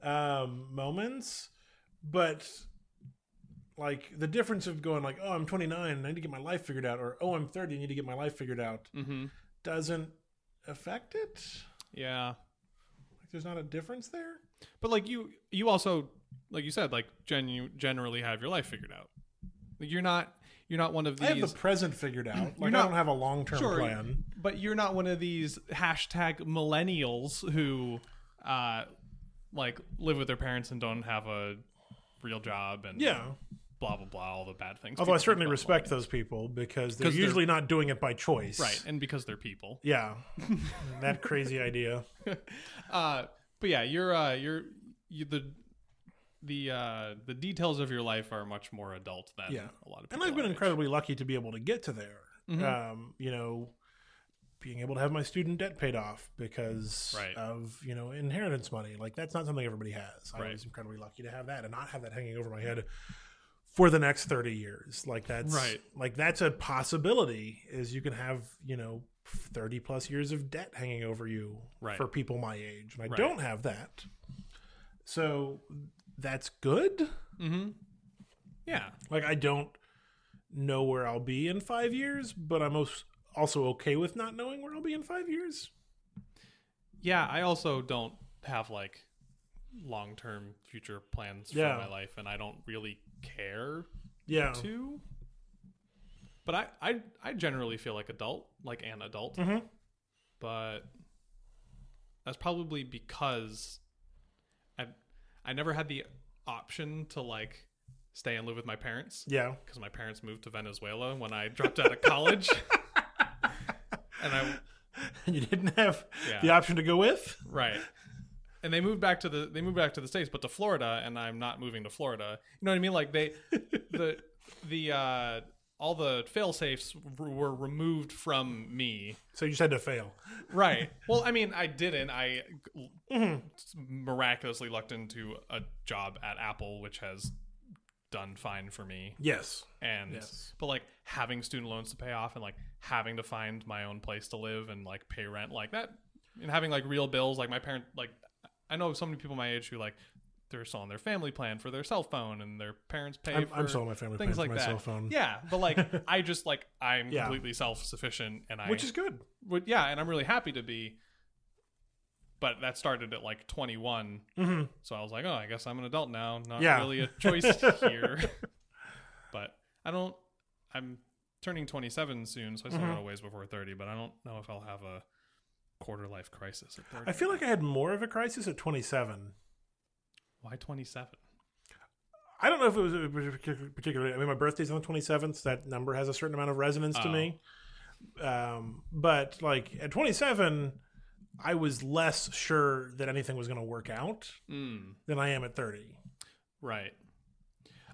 Speaker 1: um moments but like the difference of going like oh i'm 29 and i need to get my life figured out or oh i'm 30 and I need to get my life figured out
Speaker 2: Mm-hmm.
Speaker 1: doesn't affect it
Speaker 2: Yeah,
Speaker 1: like there's not a difference there
Speaker 2: but like you, you also, like you said, like genu- generally have your life figured out. Like, you're not, you're not one of
Speaker 1: i
Speaker 2: these.
Speaker 1: have the present figured out like
Speaker 2: not-
Speaker 1: i don't have a long-term
Speaker 2: Sure.
Speaker 1: plan
Speaker 2: But you're not one of these hashtag millennials who, uh, like live with their parents and don't have a real job and
Speaker 1: yeah
Speaker 2: blah blah blah all the bad things.
Speaker 1: Although I
Speaker 2: people think
Speaker 1: certainly
Speaker 2: about
Speaker 1: respect those people because they're
Speaker 2: 'Cause they're-
Speaker 1: usually not doing it by choice.
Speaker 2: them. right, and because they're people.
Speaker 1: Yeah. that crazy idea.
Speaker 2: Uh, but yeah, you're uh, you're you, the the uh, the details of your life are much more adult than
Speaker 1: Yeah.
Speaker 2: a lot of
Speaker 1: And I've been
Speaker 2: people. our age. Mm-hmm.
Speaker 1: incredibly lucky to be able to get to there. Um, you know, being able to have my student debt paid off because
Speaker 2: Right.
Speaker 1: of, you know, inheritance money. Like that's not something everybody has. I
Speaker 2: Right.
Speaker 1: was incredibly lucky to have that and not have that hanging over my head for the next 30 years. Like that's
Speaker 2: Right.
Speaker 1: like that's a possibility is you can have, you know, 30 plus years of debt hanging over you
Speaker 2: Right.
Speaker 1: for people my age. And I
Speaker 2: Right.
Speaker 1: don't have that. So that's good.
Speaker 2: Mm-hmm. Yeah,
Speaker 1: Like I don't know where I'll be in 5 years, but I'm als- also okay with not knowing where I'll be in 5 years.
Speaker 2: yeah. I also don't have like long term future plans
Speaker 1: Yeah.
Speaker 2: for my life, and I don't really care
Speaker 1: Yeah.
Speaker 2: to. But I, I I generally feel like adult, like an adult.
Speaker 1: Mhm.
Speaker 2: But that's probably because I I never had the option to like stay and live with my parents
Speaker 1: Yeah.
Speaker 2: because my parents moved to Venezuela when I dropped out of college. and I
Speaker 1: And you didn't have
Speaker 2: Yeah.
Speaker 1: the option to go with?
Speaker 2: right. And they moved back to the they moved back to the states, but to Florida, and I'm not moving to Florida. You know what I mean? Like they, the the uh, all the fail safes were removed from me.
Speaker 1: So you just had to fail.
Speaker 2: Right. Well, I mean, I didn't. I miraculously lucked into a job at Apple, which has done fine for me.
Speaker 1: Yes.
Speaker 2: and
Speaker 1: Yes.
Speaker 2: but like having student loans to pay off and like having to find my own place to live and like pay rent like that and having like real bills like my parent like i know so many people my age who like they're still on their family plan for their cell phone and their parents pay
Speaker 1: I'm,
Speaker 2: for
Speaker 1: I'm still on my family plan
Speaker 2: things
Speaker 1: for
Speaker 2: like
Speaker 1: my
Speaker 2: that
Speaker 1: cell phone.
Speaker 2: yeah but like i just like i'm
Speaker 1: Yeah.
Speaker 2: completely self-sufficient and i
Speaker 1: Which is good.
Speaker 2: would yeah and i'm really happy to be but that started at like 21
Speaker 1: Mm-hmm.
Speaker 2: so I was like, oh, I guess I'm an adult now. Not
Speaker 1: Yeah.
Speaker 2: really a choice here. but I don't. I'm turning 27 soon, so I still
Speaker 1: Mhm.
Speaker 2: got a ways before 30. But I don't know if I'll have a quarter life crisis at 30.
Speaker 1: I feel like I had more of a crisis at 27.
Speaker 2: why 27?
Speaker 1: I don't know if it was- it was partic- particularly. I mean, my birthday's on the 27th. So that number has a certain amount of resonance to
Speaker 2: Oh.
Speaker 1: me. Um, but like at 27, I was less sure that anything was going to work out
Speaker 2: Mm,
Speaker 1: than I am at 30.
Speaker 2: right.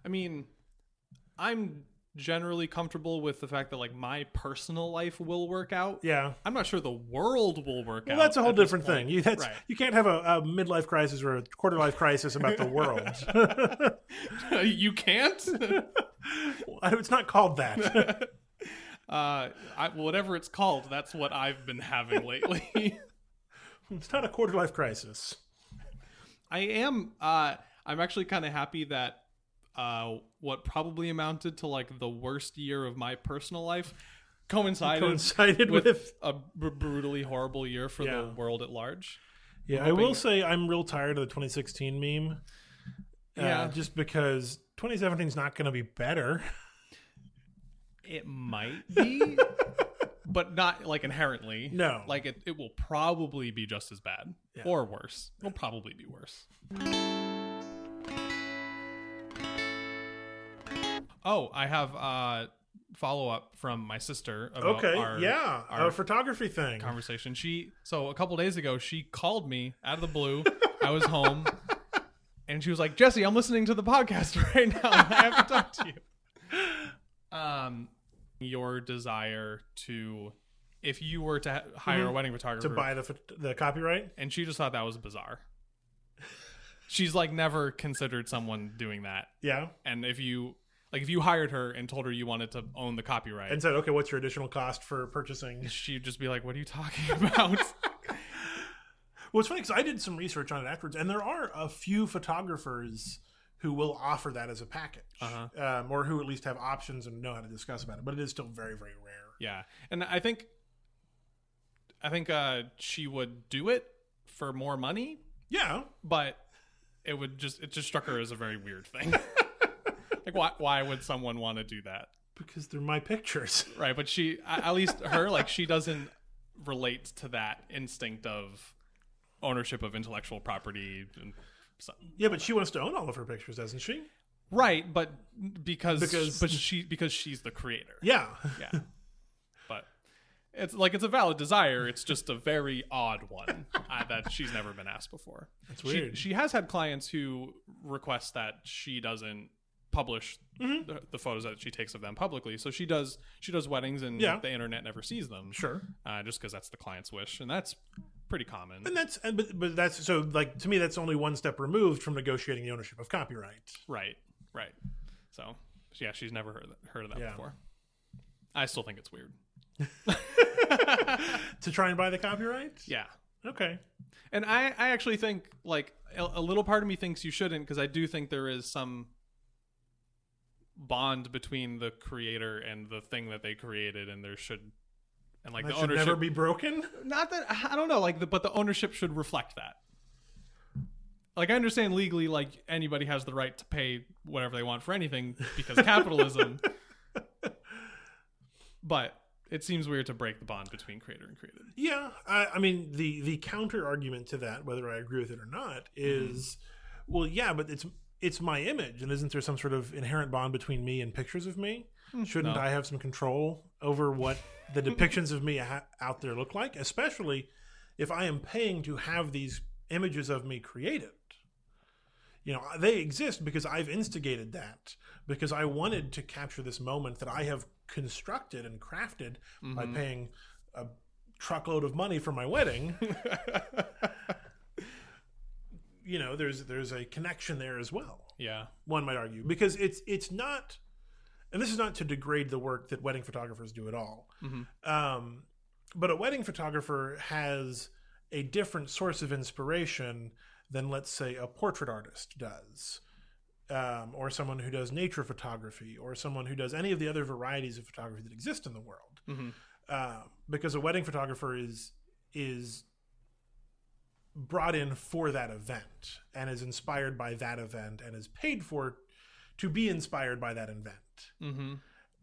Speaker 2: I mean, I'm generally comfortable with the fact that like my personal life will work out.
Speaker 1: Yeah.
Speaker 2: I'm not sure the world will work
Speaker 1: Well,
Speaker 2: out.
Speaker 1: that's a whole
Speaker 2: at this
Speaker 1: different
Speaker 2: point.
Speaker 1: thing. You that's
Speaker 2: Right.
Speaker 1: you can't have a, a midlife crisis or a quarter life crisis about the world.
Speaker 2: you can't.
Speaker 1: it's not called that.
Speaker 2: Uh, I, whatever it's called, that's what I've been having lately.
Speaker 1: it's not a quarter life crisis.
Speaker 2: I am. Uh, I'm actually kind of happy that uh, what probably amounted to like the worst year of my personal life coincided
Speaker 1: Coincided
Speaker 2: with,
Speaker 1: with
Speaker 2: a br- brutally horrible year for the
Speaker 1: Yeah.
Speaker 2: world at large.
Speaker 1: Yeah, I will say I'm real tired of the 2016 meme. Uh,
Speaker 2: Yeah.
Speaker 1: just because 2017 is not going to be better.
Speaker 2: It might be, but not like inherently.
Speaker 1: No.
Speaker 2: like it, it will probably be just as bad
Speaker 1: Yeah.
Speaker 2: or worse. It'll probably be worse. Oh, I have uh, follow up from my sister about
Speaker 1: okay,
Speaker 2: our,
Speaker 1: yeah,
Speaker 2: our
Speaker 1: a photography thing.
Speaker 2: conversation. She so a couple days ago she called me out of the blue. I was home, and she was like, "Jesse, I'm listening to the podcast right now. And I have to talk to you." Um, your desire to, if you were to ha- hire a
Speaker 1: Mhm.
Speaker 2: wedding photographer,
Speaker 1: to buy the phot- the copyright.
Speaker 2: and she just thought that was bizarre. She's like never considered someone doing that.
Speaker 1: Yeah,
Speaker 2: And if you like, if you hired her and told her you wanted to own the copyright,
Speaker 1: and said, okay, what's your additional cost for purchasing?
Speaker 2: she'd just be like, "What are you talking about?"
Speaker 1: Well, it's funny because I did some research on it afterwards, and there are a few photographers who will offer that as a package,
Speaker 2: Uh-huh.
Speaker 1: um, or who at least have options and know how to discuss about it. But it is still very, very rare.
Speaker 2: Yeah, and I think, I think uh, she would do it for more money,
Speaker 1: Yeah,
Speaker 2: but it would just it just struck her as a very weird thing. like, why why would someone want to do that?
Speaker 1: because they're my pictures.
Speaker 2: Right, but she a- at least her like she doesn't relate to that instinct of ownership of intellectual property. And so,
Speaker 1: yeah, but she wants to own all of her pictures, doesn't she?
Speaker 2: right, but because
Speaker 1: Because-
Speaker 2: but she because she's the creator.
Speaker 1: Yeah,
Speaker 2: yeah. But it's like it's a valid desire. It's just a very odd one uh, that she's never been asked before. That's
Speaker 1: weird.
Speaker 2: She, has had clients who request that she doesn't publish
Speaker 1: Mm-hmm.
Speaker 2: the, the photos that she takes of them publicly. So she does she does weddings and
Speaker 1: Yeah.
Speaker 2: the internet never sees them.
Speaker 1: sure.
Speaker 2: Uh, just because that's the client's wish, and that's pretty common.
Speaker 1: And that's and, but, but that's so like to me that's only one step removed from negotiating the ownership of copyright.
Speaker 2: Right, right. So yeah, she's never heard that, heard of that
Speaker 1: Yeah.
Speaker 2: before. I still think it's weird.
Speaker 1: To try and buy the copyright?
Speaker 2: Yeah.
Speaker 1: Okay.
Speaker 2: And I, I actually think like a, a little part of me thinks you shouldn't because I do think there is some bond between the creator and the thing that they created, and there should and like
Speaker 1: That
Speaker 2: the
Speaker 1: should
Speaker 2: ownership.
Speaker 1: never be broken.
Speaker 2: not that I don't know, like the but the ownership should reflect that. Like I understand legally, like anybody has the right to pay whatever they want for anything because capitalism. But it seems weird to break the bond between creator and created.
Speaker 1: Yeah, I, I mean the the counter argument to that, whether I agree with it or not, is well, yeah, but it's it's my image, and isn't there some sort of inherent bond between me and pictures of me? Shouldn't
Speaker 2: no.
Speaker 1: I have some control over what the depictions of me ha- out there look like, especially if I am paying to have these images of me created? You know, they exist because I've instigated that because I wanted to capture this moment that I have constructed and crafted by paying a truckload of money for my wedding. you know, there's there's a connection there as well.
Speaker 2: Yeah.
Speaker 1: One might argue because it's it's not, and this is not to degrade the work that wedding photographers do at all. Um, but a wedding photographer has a different source of inspiration than, let's say, a portrait artist does, um, or someone who does nature photography, or someone who does any of the other varieties of photography that exist in the world.
Speaker 2: Mhm.
Speaker 1: Uh, because a wedding photographer is is brought in for that event and is inspired by that event and is paid for to be inspired by that event
Speaker 2: Mm-hmm.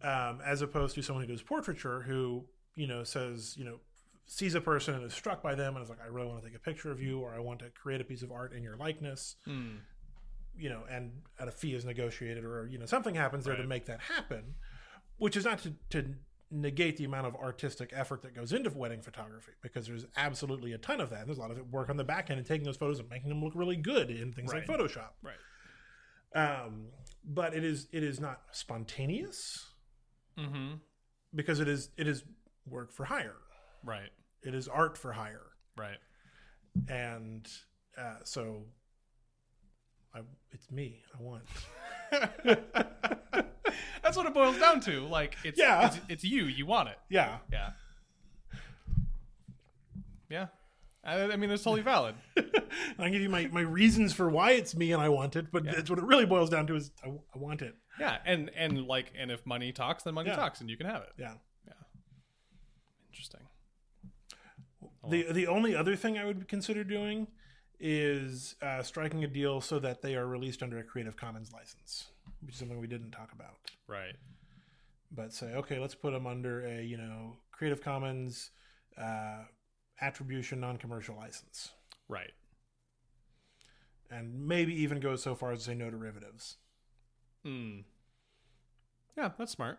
Speaker 1: um, as opposed to someone who does portraiture who you know says you know sees a person and is struck by them and is like i really want to take a picture of you or i want to create a piece of art in your likeness
Speaker 2: Mm.
Speaker 1: you know and, and a fee is negotiated or you know something happens there to
Speaker 2: Right.
Speaker 1: make that happen which is not to, to negate the amount of artistic effort that goes into wedding photography because there's absolutely a ton of that and there's a lot of work on the back end and taking those photos and making them look really good in things like
Speaker 2: Right.
Speaker 1: photoshop
Speaker 2: Right.
Speaker 1: um, but it is it is not spontaneous
Speaker 2: Mm-hmm.
Speaker 1: because it is it is work for hire.
Speaker 2: Right.
Speaker 1: It is art for hire,
Speaker 2: Right.
Speaker 1: and uh, so I, it's me. I want.
Speaker 2: That's what it boils down to. Like it's
Speaker 1: Yeah.
Speaker 2: it's, it's you. You want it.
Speaker 1: Yeah,
Speaker 2: Yeah. Yeah. I, I mean, it's totally valid.
Speaker 1: And I give you my, my reasons for why it's me and I want it, but that's what it really boils down to is I, I want it.
Speaker 2: Yeah. And and like and if money talks, then money
Speaker 1: Yeah.
Speaker 2: talks, and you can have it.
Speaker 1: Yeah.
Speaker 2: Interesting.
Speaker 1: The the only other thing I would consider doing is uh, striking a deal so that they are released under a Creative Commons license, which is something we didn't talk about.
Speaker 2: Right.
Speaker 1: but say okay let's put them under a you know creative commons uh, attribution non-commercial license
Speaker 2: Right.
Speaker 1: and maybe even go so far as to say no derivatives
Speaker 2: Mm. Yeah, that's Hmm. smart.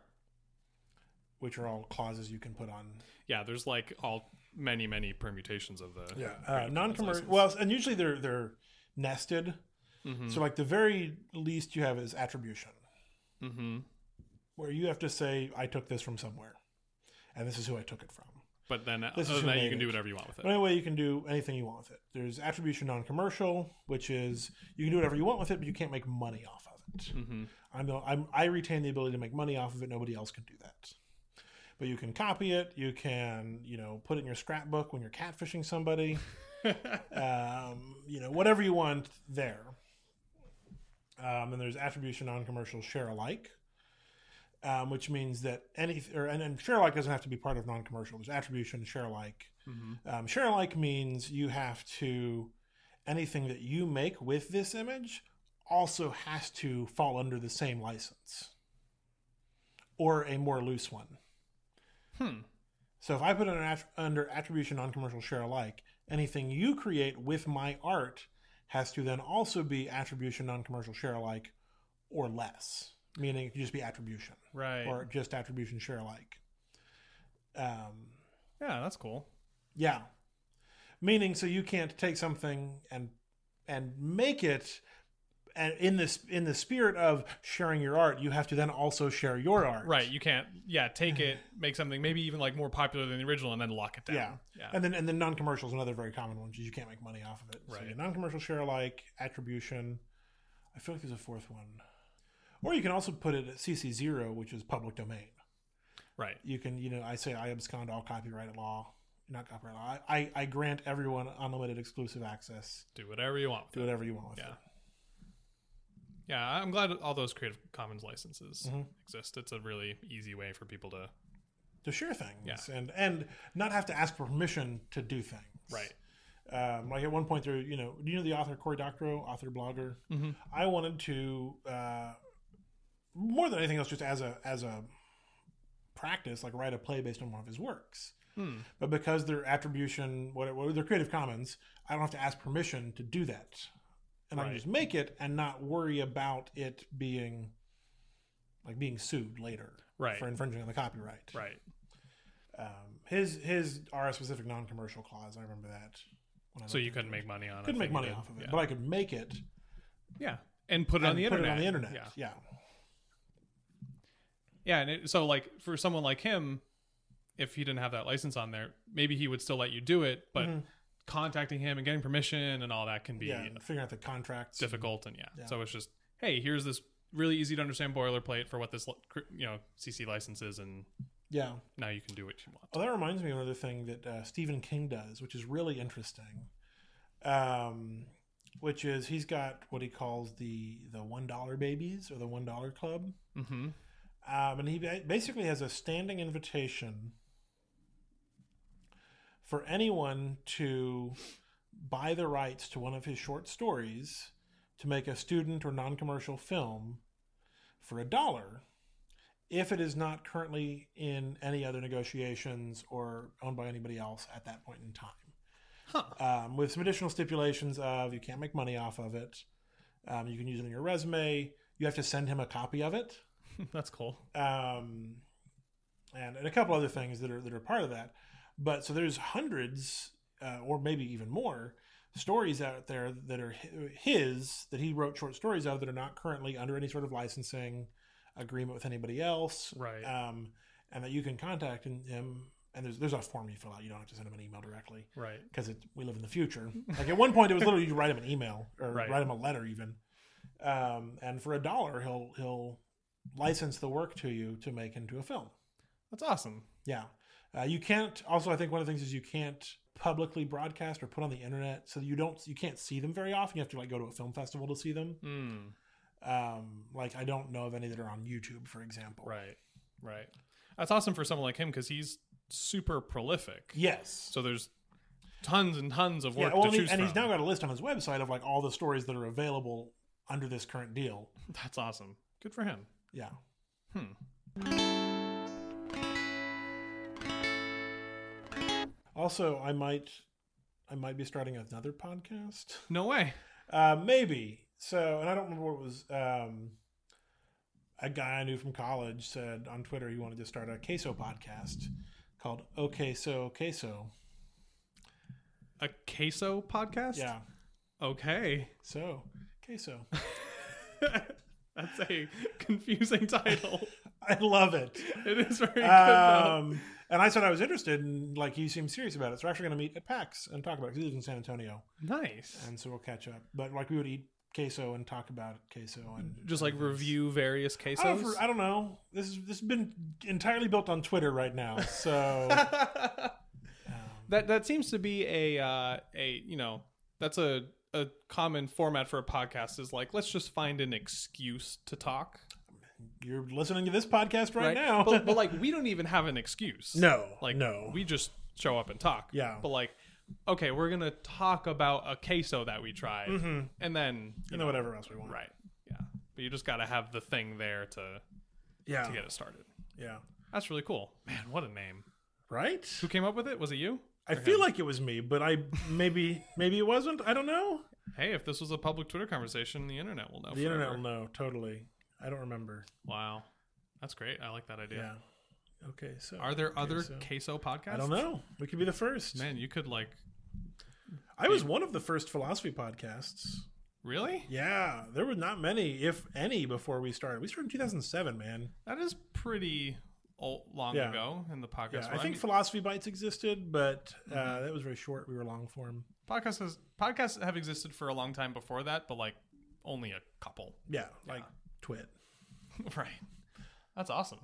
Speaker 1: which are all clauses you can put on.
Speaker 2: Yeah, there's like all many many permutations of the
Speaker 1: Yeah, uh, non-commercial. Well, and usually they're they're nested. So like the very least you have is attribution,
Speaker 2: hmm
Speaker 1: where you have to say I took this from somewhere, and this is who I took it from.
Speaker 2: But then other
Speaker 1: This is
Speaker 2: than that, you
Speaker 1: related.
Speaker 2: can do whatever you want with
Speaker 1: But
Speaker 2: it.
Speaker 1: anyway, you can do anything you want with it. There's attribution non-commercial, which is you can do whatever you want with it, but you can't make money off of it.
Speaker 2: hmm
Speaker 1: I'm, the- I'm I retain the ability to make money off of it. Nobody else can do that. But you can copy it. You can you know put it in your scrapbook when you're catfishing somebody. um, you know whatever you want there. Um, and there's attribution non-commercial share alike. Um, which means that any or and, and share alike doesn't have to be part of non-commercial. There's attribution share alike. Um, share alike means you have to anything that you make with this image also has to fall under the same license or a more loose one.
Speaker 2: Hmm.
Speaker 1: So if I put it under, att- under attribution non-commercial share alike, anything you create with my art has to then also be attribution non-commercial share alike or less, meaning it could just be attribution
Speaker 2: Right.
Speaker 1: or just attribution share alike. Um,
Speaker 2: yeah, that's cool.
Speaker 1: yeah. Meaning so you can't take something and and make it and in this in the spirit of sharing your art, you have to then also share your art.
Speaker 2: Right. You can't. Yeah, take it, make something maybe even like more popular than the original, and then lock it down.
Speaker 1: Yeah.
Speaker 2: Yeah.
Speaker 1: And then and then non commercial is another very common one, is you can't make money off of it. So
Speaker 2: Right.
Speaker 1: yeah, non commercial share alike, attribution. I feel like there's a fourth one. Or you can also put it at CC zero, which is public domain.
Speaker 2: right.
Speaker 1: You can, you know, I say I abscond all copyright law. Not copyright law. I, I, I grant everyone unlimited exclusive access.
Speaker 2: Do whatever you want. With
Speaker 1: Do whatever you want with
Speaker 2: Yeah.
Speaker 1: it.
Speaker 2: Yeah, I'm glad all those Creative Commons licenses
Speaker 1: Mhm.
Speaker 2: exist. It's a really easy way for people to
Speaker 1: to share things
Speaker 2: Yeah.
Speaker 1: and and not have to ask for permission to do things. Um, like at one point, there, you know, do you know the author Cory Doctorow, author blogger.
Speaker 2: Mhm.
Speaker 1: I wanted to uh, more than anything else, just as a as a practice, like write a play based on one of his works.
Speaker 2: Hmm.
Speaker 1: But because they're attribution, what, what they're Creative Commons, I don't have to ask permission to do that, and I
Speaker 2: Right.
Speaker 1: can just make it and not worry about it being like being sued later
Speaker 2: Right.
Speaker 1: for infringing on the copyright.
Speaker 2: Right.
Speaker 1: Um, his his are a specific non-commercial clause. I remember that. When I looked
Speaker 2: So you
Speaker 1: into
Speaker 2: couldn't
Speaker 1: it.
Speaker 2: make money on it.
Speaker 1: couldn't make
Speaker 2: you
Speaker 1: money
Speaker 2: did.
Speaker 1: off of it,
Speaker 2: Yeah.
Speaker 1: but I could make it
Speaker 2: yeah. And put it on
Speaker 1: and
Speaker 2: the
Speaker 1: put
Speaker 2: internet.
Speaker 1: it on the internet.
Speaker 2: Yeah.
Speaker 1: Yeah,
Speaker 2: Yeah, and it, so like for someone like him, if he didn't have that license on there, maybe he would still let you do it, but contacting him and getting permission and all that can be
Speaker 1: Mm-hmm. yeah. and Figuring out the contracts.
Speaker 2: difficult and yeah.
Speaker 1: Yeah.
Speaker 2: So it's just, hey, here's this really easy to understand boilerplate for what this li- cr- you know CC license is, and
Speaker 1: yeah.
Speaker 2: now you can do what you want.
Speaker 1: Oh, that reminds me of another thing that uh, Stephen King does, which is really interesting. Um, which is he's got what he calls the the one dollar babies or the one dollar club.
Speaker 2: Mm-hmm.
Speaker 1: Um, and he ba- basically has a standing invitation for anyone to buy the rights to one of his short stories to make a student or non commercial film for a dollar if it is not currently in any other negotiations or owned by anybody else at that point in time.
Speaker 2: Huh.
Speaker 1: Um, with some additional stipulations of you can't make money off of it, um, you can use it in your resume, you have to send him a copy of it
Speaker 2: That's cool.
Speaker 1: um, and, and a couple other things that are that are part of that. But so there's hundreds, uh, or maybe even more, stories out there that are hi- his that he wrote short stories of that are not currently under any sort of licensing agreement with anybody else,
Speaker 2: Right.
Speaker 1: um, and that you can contact him- him. And there's there's a form you fill out. You don't have to send him an email directly
Speaker 2: Right.
Speaker 1: because we live in the future. Like at one point, it was literally you write him an email or
Speaker 2: Right.
Speaker 1: write him a letter, even, um, and for a dollar, he'll he'll license the work to you to make into a film.
Speaker 2: That's awesome.
Speaker 1: Yeah, uh, you can't. Also, I think one of the things is you can't publicly broadcast or put on the internet, so you don't you can't see them very often. You have to like go to a film festival to see them.
Speaker 2: Mm,
Speaker 1: Um, like I don't know of any that are on YouTube, for example.
Speaker 2: right. Right. That's awesome for someone like him because he's super prolific.
Speaker 1: Yes.
Speaker 2: So there's tons and tons of
Speaker 1: yeah,
Speaker 2: work
Speaker 1: well,
Speaker 2: to
Speaker 1: and, he-
Speaker 2: choose
Speaker 1: and he's
Speaker 2: from.
Speaker 1: now got a list on his website of like all the stories that are available under this current deal.
Speaker 2: That's awesome. Good for him.
Speaker 1: Yeah.
Speaker 2: Hmm.
Speaker 1: Also, I might, I might be starting another podcast.
Speaker 2: No way.
Speaker 1: Uh, maybe so, and I don't remember what it was. Um, a guy I knew from college said on Twitter he wanted to start a queso podcast called Okay So Queso.
Speaker 2: A queso podcast?
Speaker 1: Yeah.
Speaker 2: Okay.
Speaker 1: So queso.
Speaker 2: That's a confusing title.
Speaker 1: I love it.
Speaker 2: It is very good. though.
Speaker 1: Um, and I said I was interested, and like he seemed serious about it. So we're actually going to meet at PAX and talk about it 'cause he lives in San Antonio,
Speaker 2: nice.
Speaker 1: and so we'll catch up. But like we would eat queso and talk about queso and
Speaker 2: Just like review various
Speaker 1: I don't, know
Speaker 2: quesos.
Speaker 1: if- I don't know. This is this has been entirely built on Twitter right now. So
Speaker 2: that that seems to be a uh, a you know that's a a common format for a podcast is like let's just find an excuse to talk
Speaker 1: you're listening to this podcast right, now.
Speaker 2: but, but like we don't even have an excuse
Speaker 1: no,
Speaker 2: like
Speaker 1: no.
Speaker 2: we just show up and talk
Speaker 1: Yeah.
Speaker 2: but like okay we're gonna talk about a queso that we tried and then
Speaker 1: you know whatever else we want.
Speaker 2: right yeah but you just gotta have the thing there to
Speaker 1: Yeah.
Speaker 2: to get it started
Speaker 1: Yeah.
Speaker 2: that's really cool man what a name
Speaker 1: Right.
Speaker 2: who came up with it was it you
Speaker 1: I feel like it was me, but I maybe maybe it wasn't. I don't know.
Speaker 2: hey if this was a public twitter conversation the internet will know
Speaker 1: The internet
Speaker 2: forever.
Speaker 1: will know totally. I don't remember.
Speaker 2: Wow. That's great. I like that idea.
Speaker 1: Yeah. Okay. So
Speaker 2: Are there other
Speaker 1: so-
Speaker 2: queso podcasts?
Speaker 1: I don't know. We could be the first.
Speaker 2: Man, you could like
Speaker 1: I was one of the first philosophy podcasts.
Speaker 2: really?
Speaker 1: Yeah, there were not many, if any, before we started. We started in 2007, man.
Speaker 2: That is pretty old, long
Speaker 1: Yeah.
Speaker 2: ago in the podcast.
Speaker 1: Yeah,
Speaker 2: world.
Speaker 1: I think
Speaker 2: mean,
Speaker 1: philosophy bites existed, but uh, that was very short. We were long form.
Speaker 2: podcasts has, podcasts have existed for a long time before that, but like only a couple.
Speaker 1: Yeah, like Twit.
Speaker 2: right. That's awesome.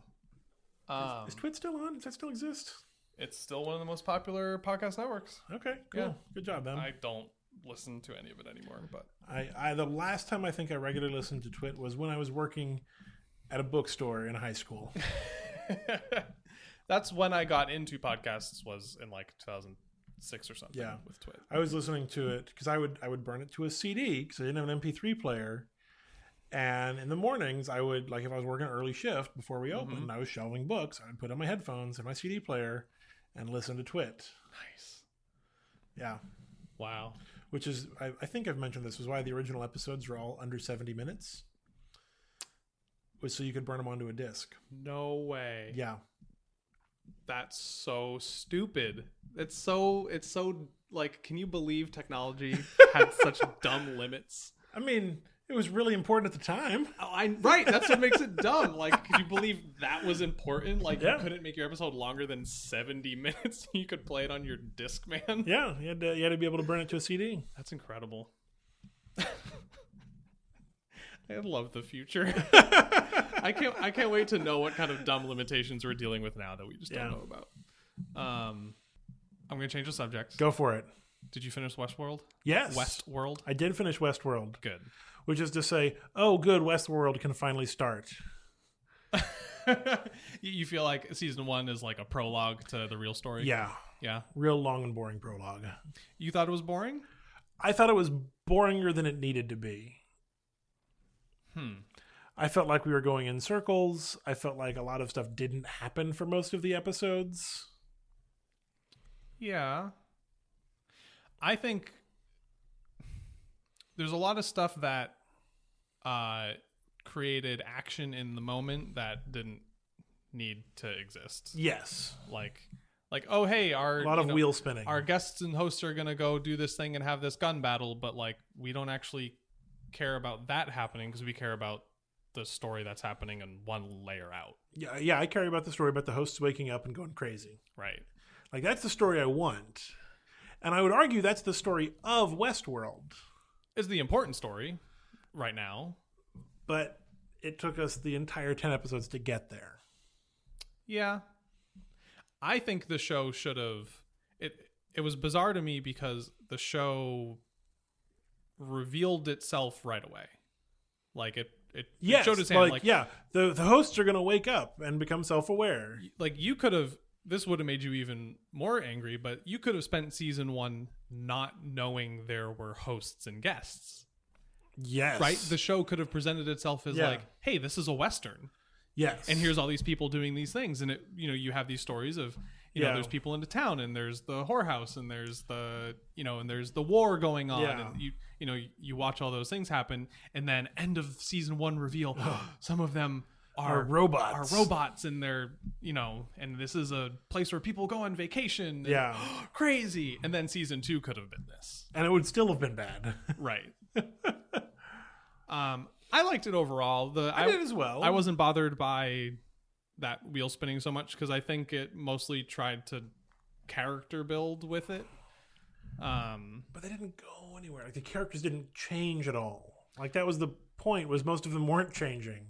Speaker 2: Um,
Speaker 1: Is Twit still on? Does that still exist?
Speaker 2: it's still one of the most popular podcast networks.
Speaker 1: Okay, cool.
Speaker 2: Yeah.
Speaker 1: Good job, them. I,
Speaker 2: I don't listen to any of it anymore, but
Speaker 1: I, the last time I think I regularly listened to Twit was when I was working at a bookstore in high school.
Speaker 2: that's when I got into podcasts was in like 2006 or something
Speaker 1: Yeah.
Speaker 2: with Twit.
Speaker 1: I was listening to it because I would I would burn it to a CD because I didn't have an MP3 player. And in the mornings, I would like if I was working an early shift before we opened, I was shelving books. I'd put on my headphones and my CD player, and listen to Twit.
Speaker 2: Nice.
Speaker 1: Yeah,
Speaker 2: Wow.
Speaker 1: which is I, I think I've mentioned this was why the original episodes were all under seventy minutes, was so you could burn them onto a disc.
Speaker 2: No way.
Speaker 1: Yeah,
Speaker 2: That's so stupid. It's so it's so like can you believe technology had such dumb limits?
Speaker 1: I mean it was really important at the time.
Speaker 2: Oh, I right, that's what makes it dumb. Like could you believe that was important? Like
Speaker 1: Yeah.
Speaker 2: you couldn't make your episode longer than 70 minutes. You could play it on your Discman.
Speaker 1: Yeah, you had to, you had to be able to burn it to a CD.
Speaker 2: That's incredible. I love the future. I can't I can't wait to know what kind of dumb limitations we're dealing with now that we just
Speaker 1: Yeah.
Speaker 2: don't know about. Um I'm gonna change the subject.
Speaker 1: Go for it.
Speaker 2: Did you finish Westworld?
Speaker 1: Yes,
Speaker 2: Westworld?
Speaker 1: I did finish Westworld.
Speaker 2: Good.
Speaker 1: which is to say, oh, good, Westworld can finally start.
Speaker 2: You- you feel like season one is like a prologue to the real story?
Speaker 1: Yeah,
Speaker 2: Yeah.
Speaker 1: real long and boring prologue.
Speaker 2: You thought it was boring?
Speaker 1: I thought it was boringer than it needed to be.
Speaker 2: Hmm.
Speaker 1: I felt like we were going in circles. I felt like a lot of stuff didn't happen for most of the episodes.
Speaker 2: Yeah. I think there's a lot of stuff that uh, created action in the moment that didn't need to exist.
Speaker 1: Yes,
Speaker 2: Like, like oh hey, our
Speaker 1: a lot of
Speaker 2: you know,
Speaker 1: wheel spinning.
Speaker 2: Our guests and hosts are gonna go do this thing and have this gun battle, but like we don't actually care about that happening because we care about the story that's happening in one layer out,
Speaker 1: yeah, yeah, I care about the story about the hosts waking up and going crazy.
Speaker 2: right?
Speaker 1: Like that's the story I want, and I would argue that's the story of Westworld.
Speaker 2: Is the important story right now?
Speaker 1: But it took us the entire ten episodes to get there.
Speaker 2: Yeah. I think the show should have it it was bizarre to me because the show revealed itself right away. Like it it, it
Speaker 1: Yes,
Speaker 2: showed its hand
Speaker 1: like,
Speaker 2: like,
Speaker 1: yeah, the the hosts are going to wake up and become self aware.
Speaker 2: like you could have this would have made you even more angry, but you could have spent season 1 not knowing there were hosts and guests.
Speaker 1: Yes,
Speaker 2: Right? The show could have presented itself as
Speaker 1: Yeah.
Speaker 2: like, "Hey, this is a western."
Speaker 1: yes,
Speaker 2: and here's all these people doing these things and it you know you have these stories of you know
Speaker 1: Yeah.
Speaker 2: there's people into town and there's the whorehouse and there's the you know and there's the war going on
Speaker 1: Yeah.
Speaker 2: and you you know you watch all those things happen and then end of season one reveal some of them
Speaker 1: Are robots.
Speaker 2: are robots and they're you know and this is a place where people go on vacation and
Speaker 1: Yeah.
Speaker 2: crazy and then season two could have been this
Speaker 1: and it would still have been bad.
Speaker 2: right um i liked it overall the
Speaker 1: I, did as well.
Speaker 2: I wasn't bothered by that wheel spinning so much because I think it mostly tried to character build with it. Um,
Speaker 1: but they didn't go anywhere. Like the characters didn't change at all. Like that was the point. Was most of them weren't changing.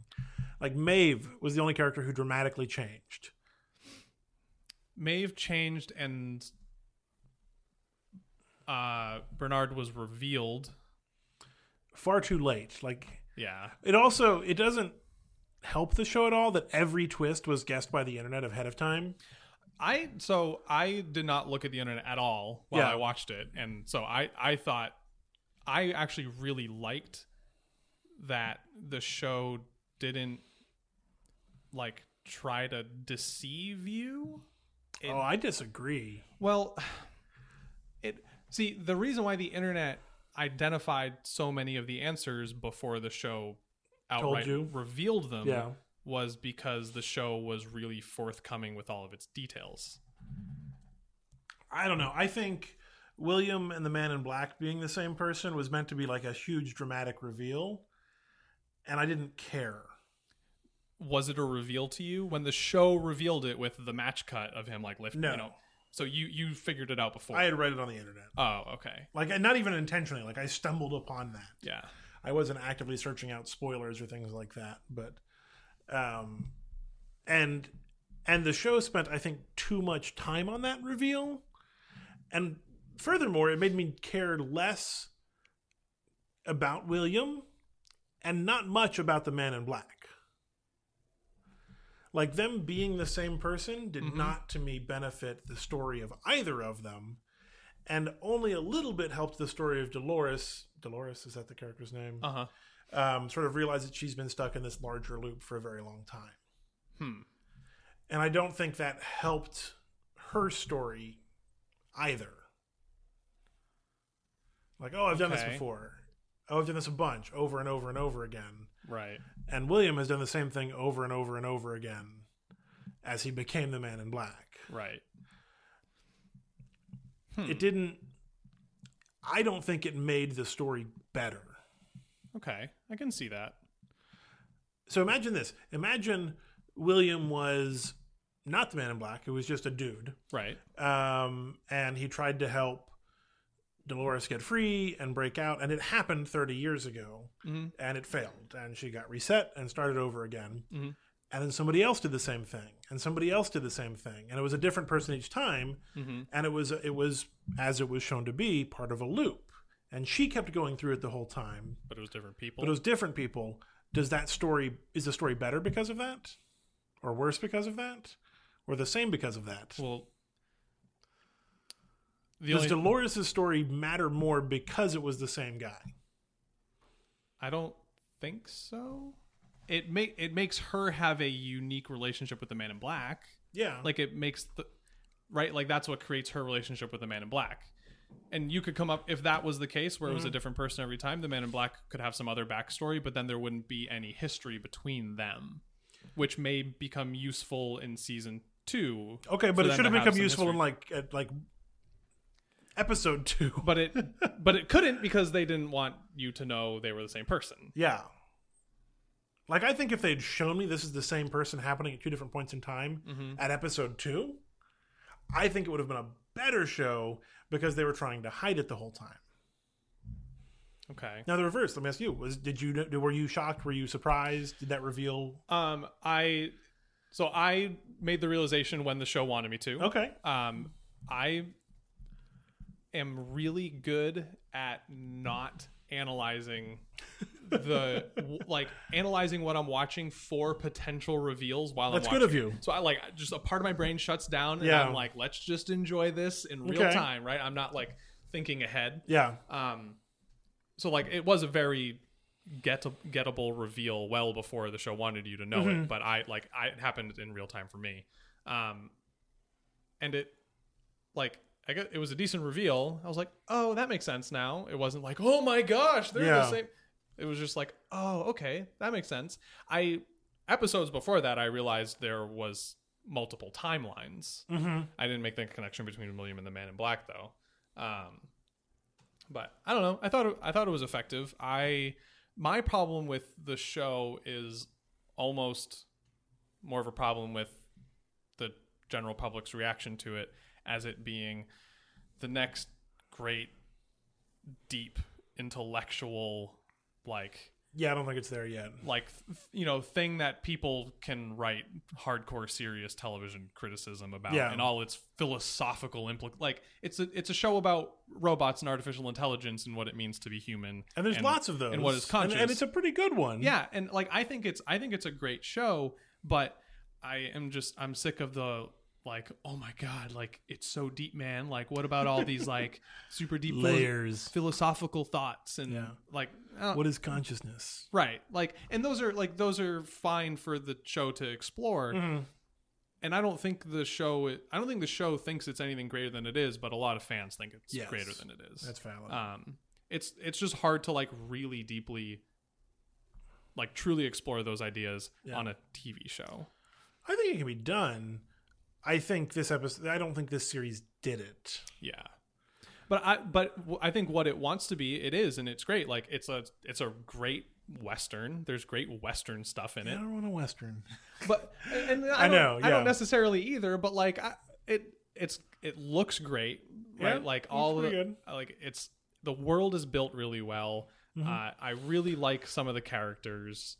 Speaker 1: Like Maeve was the only character who dramatically changed.
Speaker 2: Maeve changed and uh, Bernard was revealed.
Speaker 1: Far too late. Like
Speaker 2: Yeah,
Speaker 1: it also it doesn't help the show at all that every twist was guessed by the internet ahead of time.
Speaker 2: I so I did not look at the internet at all while
Speaker 1: Yeah.
Speaker 2: I watched it, and so I I thought I actually really liked that the show didn't like try to deceive you. It-
Speaker 1: oh, I disagree.
Speaker 2: Well, it see the reason why the internet identified so many of the answers before the show outright
Speaker 1: you.
Speaker 2: revealed them
Speaker 1: Yeah.
Speaker 2: was because the show was really forthcoming with all of its details.
Speaker 1: I don't know. I think William and the Man in Black being the same person was meant to be like a huge dramatic reveal, and I didn't care.
Speaker 2: was it a reveal to you when the show revealed it with the match cut of him like lifting?
Speaker 1: No.
Speaker 2: You know, so you you figured it out before.
Speaker 1: I had read it on the internet,
Speaker 2: oh, okay,
Speaker 1: like and not even intentionally. Like I stumbled upon that.
Speaker 2: yeah.
Speaker 1: I wasn't actively searching out spoilers or things like that, but um and and the show spent I think too much time on that reveal. And furthermore, it made me care less about William and not much about the man in black. Like them being the same person did not to me benefit the story of either of them and only a little bit helped the story of Dolores. Dolores is that the character's name?
Speaker 2: Uh huh.
Speaker 1: um, sort of realize that she's been stuck in this larger loop for a very long time.
Speaker 2: Hmm.
Speaker 1: And I don't think that helped her story either. Like, oh, I've done this
Speaker 2: Okay.
Speaker 1: before. Oh, I've done this a bunch over and over and over again.
Speaker 2: Right.
Speaker 1: And William has done the same thing over and over and over again as he became the man in black.
Speaker 2: Right. Hmm.
Speaker 1: It didn't, I don't think it made the story better.
Speaker 2: Okay. I can see that.
Speaker 1: So imagine this. Imagine William was not the man in black, it was just a dude.
Speaker 2: Right.
Speaker 1: Um, and he tried to help Dolores get free and break out. And it happened 30 years ago
Speaker 2: Mhm.
Speaker 1: and it failed. And she got reset and started over again.
Speaker 2: Mhm.
Speaker 1: And then somebody else did the same thing. And somebody else did the same thing. And it was a different person each time.
Speaker 2: Mhm.
Speaker 1: And it was, it was, as it was shown to be, part of a loop. And she kept going through it the whole time
Speaker 2: But it was different people.
Speaker 1: but it was different people. Does that story is the story better because of that, or worse because of that, or the same because of that?
Speaker 2: well. The
Speaker 1: Does
Speaker 2: only,
Speaker 1: Dolores' story matter more because it was the same guy?
Speaker 2: I don't think so. It make it makes her have a unique relationship with the Man in Black.
Speaker 1: Yeah,
Speaker 2: like it makes the right like that's what creates her relationship with the man in black and you could come up if that was the case where it
Speaker 1: Mm-hmm.
Speaker 2: was a different person every time the man in black could have some other backstory but then there wouldn't be any history between them which may become useful in season two
Speaker 1: okay,
Speaker 2: for
Speaker 1: but it
Speaker 2: them
Speaker 1: should
Speaker 2: to
Speaker 1: have become
Speaker 2: some
Speaker 1: useful in
Speaker 2: history.
Speaker 1: like at like episode two.
Speaker 2: but it but it couldn't because they didn't want you to know they were the same person
Speaker 1: yeah, like I think if they'd shown me this is the same person happening at two different points in time
Speaker 2: Mm-hmm.
Speaker 1: at episode two, I think it would have been a better show because they were trying to hide it the whole time.
Speaker 2: okay
Speaker 1: Now the reverse. Let me ask you: Was did you were you shocked? Were you surprised? Did that reveal?
Speaker 2: um i so i made the realization when the show wanted me to
Speaker 1: Okay,
Speaker 2: um, I am really good at not analyzing the w- like analyzing what I'm watching for potential reveals while
Speaker 1: that's
Speaker 2: I'm
Speaker 1: good
Speaker 2: watching.
Speaker 1: of you.
Speaker 2: So I like just a part of my brain shuts down and
Speaker 1: Yeah.
Speaker 2: I'm like, let's just enjoy this in real
Speaker 1: Okay.
Speaker 2: time, right? I'm not like thinking ahead.
Speaker 1: Yeah,
Speaker 2: Um, so like it was a very get gettable reveal well before the show wanted you to know
Speaker 1: Mm-hmm.
Speaker 2: it, but I like I it happened in real time for me. Um, and it like I got it was a decent reveal. I was like, oh, that makes sense now. It wasn't like, oh my gosh, they're
Speaker 1: Yeah.
Speaker 2: the same. It was just like, oh, okay, that makes sense. I episodes before that, I realized there was multiple timelines.
Speaker 1: Mm-hmm.
Speaker 2: I didn't make that connection between William and the Man in Black though. Um, but I don't know. I thought it, I thought it was effective. I my problem with the show is almost more of a problem with the general public's reaction to it as it being the next great deep intellectual like
Speaker 1: Yeah, I don't think it's there yet.
Speaker 2: like th- you know thing that people can write hardcore serious television criticism about
Speaker 1: Yeah.
Speaker 2: and all its philosophical implic like it's a it's a show about robots and artificial intelligence and what it means to be human
Speaker 1: And there's lots of those.
Speaker 2: and what is conscious
Speaker 1: And, and it's a pretty good one.
Speaker 2: yeah and like i think it's i think it's a great show but i am just i'm sick of the like oh my god like it's so deep man like what about all these like super deep philo-
Speaker 1: Layers.
Speaker 2: philosophical thoughts and
Speaker 1: Yeah.
Speaker 2: like uh, I
Speaker 1: What is consciousness?
Speaker 2: Right. Like and those are like those are fine for the show to explore.
Speaker 1: Mm-hmm.
Speaker 2: And I don't think the show I don't think the show thinks it's anything greater than it is, but a lot of fans think it's
Speaker 1: Yes.
Speaker 2: greater than it is.
Speaker 1: That's valid.
Speaker 2: um it's it's just hard to like really deeply like truly explore those ideas
Speaker 1: Yeah.
Speaker 2: on a TV show.
Speaker 1: I think it can be done. I think this episode. I don't think this series did it.
Speaker 2: Yeah. But I but w- I think what it wants to be it is and it's great. Like it's a it's a great western. There's great western stuff in
Speaker 1: I
Speaker 2: it.
Speaker 1: don't want a western.
Speaker 2: but and I,
Speaker 1: I
Speaker 2: know
Speaker 1: know,
Speaker 2: I
Speaker 1: yeah.
Speaker 2: don't necessarily either. But like I, it, it's it looks great, right?
Speaker 1: Yeah,
Speaker 2: like
Speaker 1: looks
Speaker 2: all the,
Speaker 1: pretty good.
Speaker 2: like it's the world is built really well.
Speaker 1: Mm-hmm.
Speaker 2: Uh, I really like some of the characters.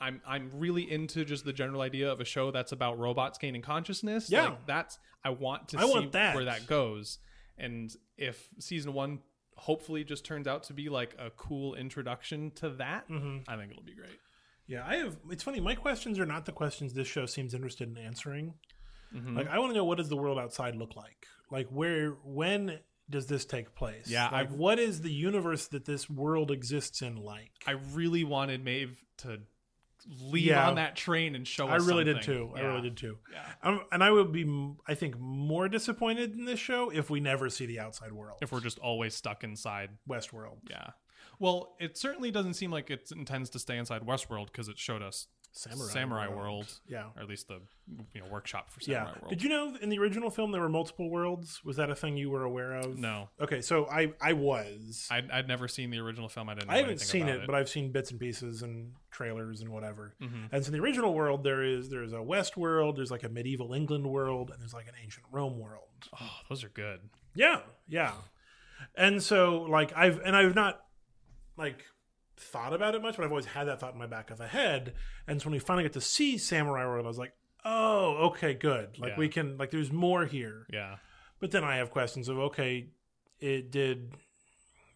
Speaker 2: I'm I'm really into just the general idea of a show that's about robots gaining consciousness.
Speaker 1: Yeah.
Speaker 2: like that's I want to
Speaker 1: I
Speaker 2: see
Speaker 1: want that.
Speaker 2: where that goes. And if season one hopefully just turns out to be like a cool introduction to that,
Speaker 1: Mm.
Speaker 2: I think it'll be great.
Speaker 1: Yeah, I have. It's funny. My questions are not the questions this show seems interested in answering.
Speaker 2: Mm-hmm.
Speaker 1: Like, I want to know what does the world outside look like? Like, where, when does this take place?
Speaker 2: Yeah,
Speaker 1: like
Speaker 2: I-
Speaker 1: what is the universe that this world exists in like?
Speaker 2: I really wanted Maeve to leave
Speaker 1: Yeah.
Speaker 2: on that train and show
Speaker 1: I
Speaker 2: us.
Speaker 1: really did
Speaker 2: something.
Speaker 1: too. I
Speaker 2: Yeah.
Speaker 1: really did too.
Speaker 2: Yeah.
Speaker 1: Um, and I would be, m- I think, more disappointed in this show if we never see the outside world,
Speaker 2: If we're just always stuck inside,
Speaker 1: Westworld.
Speaker 2: yeah. Well, it certainly doesn't seem like it intends to stay inside Westworld because it showed us
Speaker 1: Samurai
Speaker 2: Samurai
Speaker 1: World.
Speaker 2: World.
Speaker 1: Yeah.
Speaker 2: or at least the you know workshop for
Speaker 1: Yeah.
Speaker 2: Samurai World.
Speaker 1: Did you know in the original film there were multiple worlds? Was that a thing you were aware of?
Speaker 2: No,
Speaker 1: Okay, so I I was.
Speaker 2: I'd, I'd never seen the original film. I didn't. Know
Speaker 1: I haven't
Speaker 2: anything
Speaker 1: seen
Speaker 2: about
Speaker 1: it, but I've seen bits and pieces and trailers and whatever. And so in the original world there is there's a West world, there's like a medieval England world, and there's like an ancient Rome world.
Speaker 2: oh, those are good.
Speaker 1: Yeah, yeah. And so like I've and I've not like thought about it much, but I've always had that thought in my back of the head. And so when we finally get to see Samurai World, I was like, oh, okay, good. Like
Speaker 2: Yeah.
Speaker 1: we can like there's more here.
Speaker 2: Yeah,
Speaker 1: But then I have questions of okay, it did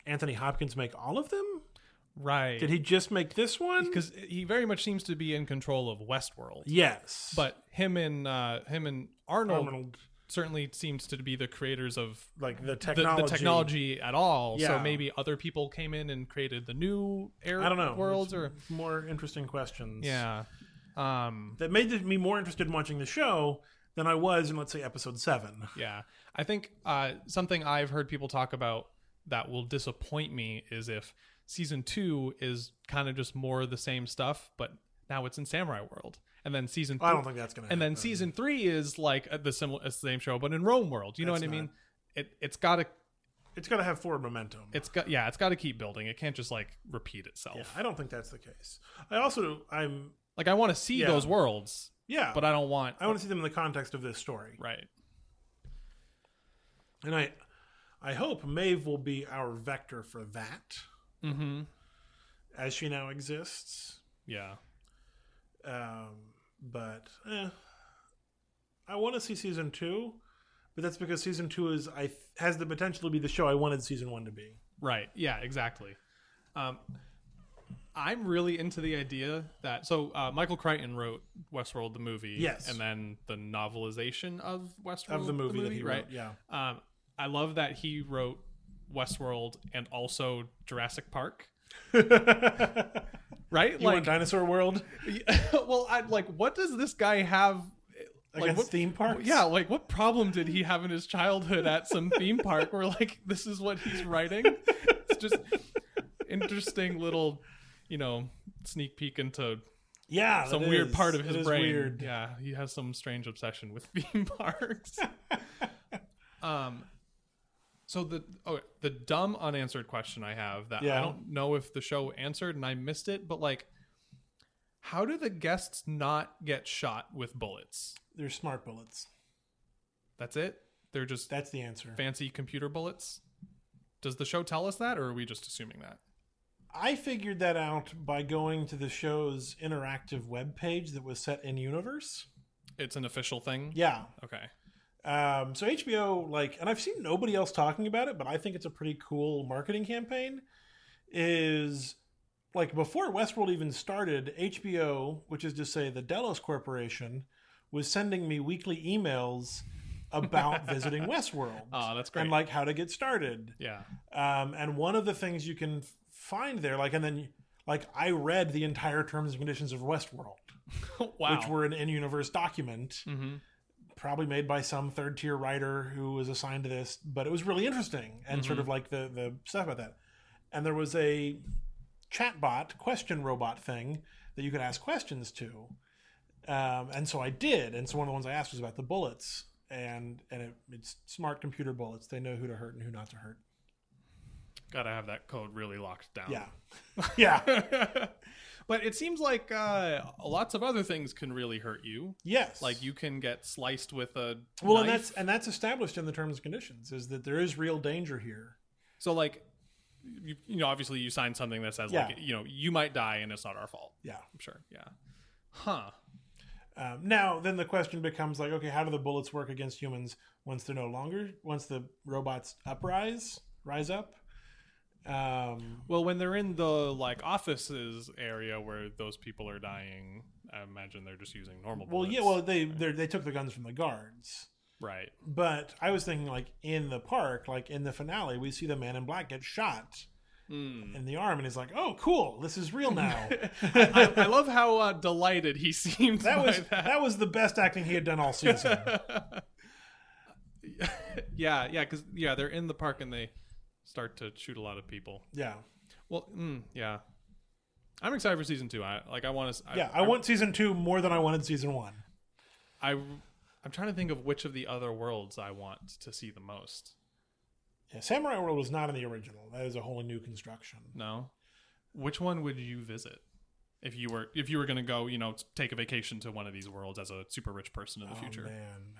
Speaker 1: Anthony Hopkins make all of them?
Speaker 2: right.
Speaker 1: Did he just make this one?
Speaker 2: Because he very much seems to be in control of Westworld.
Speaker 1: yes,
Speaker 2: But him and uh, him and Arnold,
Speaker 1: Arnold,
Speaker 2: certainly seems to be the creators of
Speaker 1: like the
Speaker 2: the
Speaker 1: technology,
Speaker 2: the technology at all. So
Speaker 1: Yeah.
Speaker 2: maybe other people came in and created the new era
Speaker 1: I don't know
Speaker 2: worlds
Speaker 1: It's
Speaker 2: or
Speaker 1: more interesting questions.
Speaker 2: yeah. Um
Speaker 1: that made me more interested in watching the show than I was in let's say episode seven.
Speaker 2: yeah. I think uh something I've heard people talk about that will disappoint me is if season 2 is kind of just more of the same stuff but now it's in samurai world. And then season
Speaker 1: I
Speaker 2: three-
Speaker 1: don't think that's gonna.
Speaker 2: and then
Speaker 1: happen.
Speaker 2: season three is like uh, the similar uh, same show but in Rome world. You know
Speaker 1: That's
Speaker 2: what I
Speaker 1: not-
Speaker 2: mean? It it's got to
Speaker 1: it's got to have forward momentum.
Speaker 2: it's got yeah, it's got to keep building. It can't just like repeat itself.
Speaker 1: yeah, I don't think that's the case. I also I'm
Speaker 2: Like I want to see
Speaker 1: Yeah.
Speaker 2: those worlds,
Speaker 1: yeah,
Speaker 2: but I don't want.
Speaker 1: I want to see them in the context of this story.
Speaker 2: right.
Speaker 1: And I I hope Maeve will be our vector for that
Speaker 2: Mm-hmm.
Speaker 1: as she now exists.
Speaker 2: Yeah.
Speaker 1: Um, but eh, I want to see season two, but that's because season two is I has the potential to be the show I wanted season one to be.
Speaker 2: Right. Yeah. Exactly. Um, I'm really into the idea that so uh, Michael Crichton wrote Westworld the movie,
Speaker 1: Yes.
Speaker 2: and then the novelization of Westworld
Speaker 1: Of the movie, that he
Speaker 2: Mm, right?
Speaker 1: wrote, yeah.
Speaker 2: Um, I love that he wrote Westworld and also Jurassic Park. right?
Speaker 1: You want Dinosaur World
Speaker 2: well, I like. What does this guy have? Like,
Speaker 1: against
Speaker 2: what-
Speaker 1: theme parks?
Speaker 2: Yeah, like what problem did he have in his childhood at some theme park where like this is what he's writing? It's just interesting little, you know, sneak peek into
Speaker 1: Yeah,
Speaker 2: some
Speaker 1: that
Speaker 2: weird
Speaker 1: is-
Speaker 2: part of
Speaker 1: that
Speaker 2: his
Speaker 1: is
Speaker 2: brain.
Speaker 1: Weird.
Speaker 2: Yeah, he has some strange obsession with theme parks. um, so the oh, the dumb unanswered question I have that I
Speaker 1: Yeah.
Speaker 2: don't know if the show answered and I missed it, but like, how do the guests not get shot with bullets?
Speaker 1: They're smart bullets.
Speaker 2: That's it. They're just
Speaker 1: That's the answer.
Speaker 2: fancy computer bullets. Does the show tell us that, or are we just assuming that?
Speaker 1: I figured that out by going to the show's interactive webpage that was set in universe.
Speaker 2: It's an official thing.
Speaker 1: Yeah.
Speaker 2: Okay.
Speaker 1: Um, so HBO, like, and I've seen nobody else talking about it, but I think it's a pretty cool marketing campaign. Is like before Westworld even started, HBO, which is to say the Delos Corporation, was sending me weekly emails about visiting Westworld
Speaker 2: Oh, that's great.
Speaker 1: and like how to get started.
Speaker 2: yeah.
Speaker 1: Um, and one of the things you can f- find there, like, and then like I read the entire terms and conditions of Westworld,
Speaker 2: wow.
Speaker 1: which were an in-universe document,
Speaker 2: Mhm.
Speaker 1: probably made by some third-tier writer who was assigned to this, but it was really interesting and
Speaker 2: Mm-hmm.
Speaker 1: sort of like the the stuff about that. And there was a chatbot question robot thing that you could ask questions to, um, and so I did. And so one of the ones I asked was about the bullets. And and it, it's smart computer bullets. They know who to hurt and who not to hurt.
Speaker 2: Gotta have that code really locked down.
Speaker 1: Yeah, yeah.
Speaker 2: but it seems like uh, lots of other things can really hurt you.
Speaker 1: Yes.
Speaker 2: Like you can get sliced with a
Speaker 1: Well, and
Speaker 2: knife.
Speaker 1: that's and that's established in the terms and conditions is that there is real danger here.
Speaker 2: so like you, you know obviously you sign something that says like
Speaker 1: Yeah.
Speaker 2: you know you might die and it's not our fault.
Speaker 1: Yeah.
Speaker 2: I'm sure. Yeah. Huh.
Speaker 1: Um, now, then the question becomes like, okay, how do the bullets work against humans once they're no longer once the robots uprise, rise up? Um,
Speaker 2: Well, when they're in the like offices area where those people are dying, I imagine they're just using normal.
Speaker 1: well,
Speaker 2: bullets.
Speaker 1: yeah, well they they're- they took the guns from the guards,
Speaker 2: right.
Speaker 1: but I was thinking like in the park, like in the finale, we see the man in black get shot
Speaker 2: Mm.
Speaker 1: in the arm, and he's like, oh, cool, this is real now.
Speaker 2: I, I love how uh, delighted he seemed.
Speaker 1: that
Speaker 2: by
Speaker 1: was
Speaker 2: that.
Speaker 1: that was the best acting he had done all season.
Speaker 2: yeah, yeah, because yeah, they're in the park and they start to shoot a lot of people.
Speaker 1: yeah.
Speaker 2: Well, mm, yeah, I'm excited for season two. I like. I want to.
Speaker 1: Yeah, I want season two more than I wanted season one.
Speaker 2: I, I'm trying to think of which of the other worlds I want to see the most.
Speaker 1: Yeah, Samurai World was not in the original. That is a whole new construction.
Speaker 2: No, which one would you visit if you were if you were going to go? You know, take a vacation to one of these worlds as a super rich person in the
Speaker 1: Oh,
Speaker 2: future.
Speaker 1: man.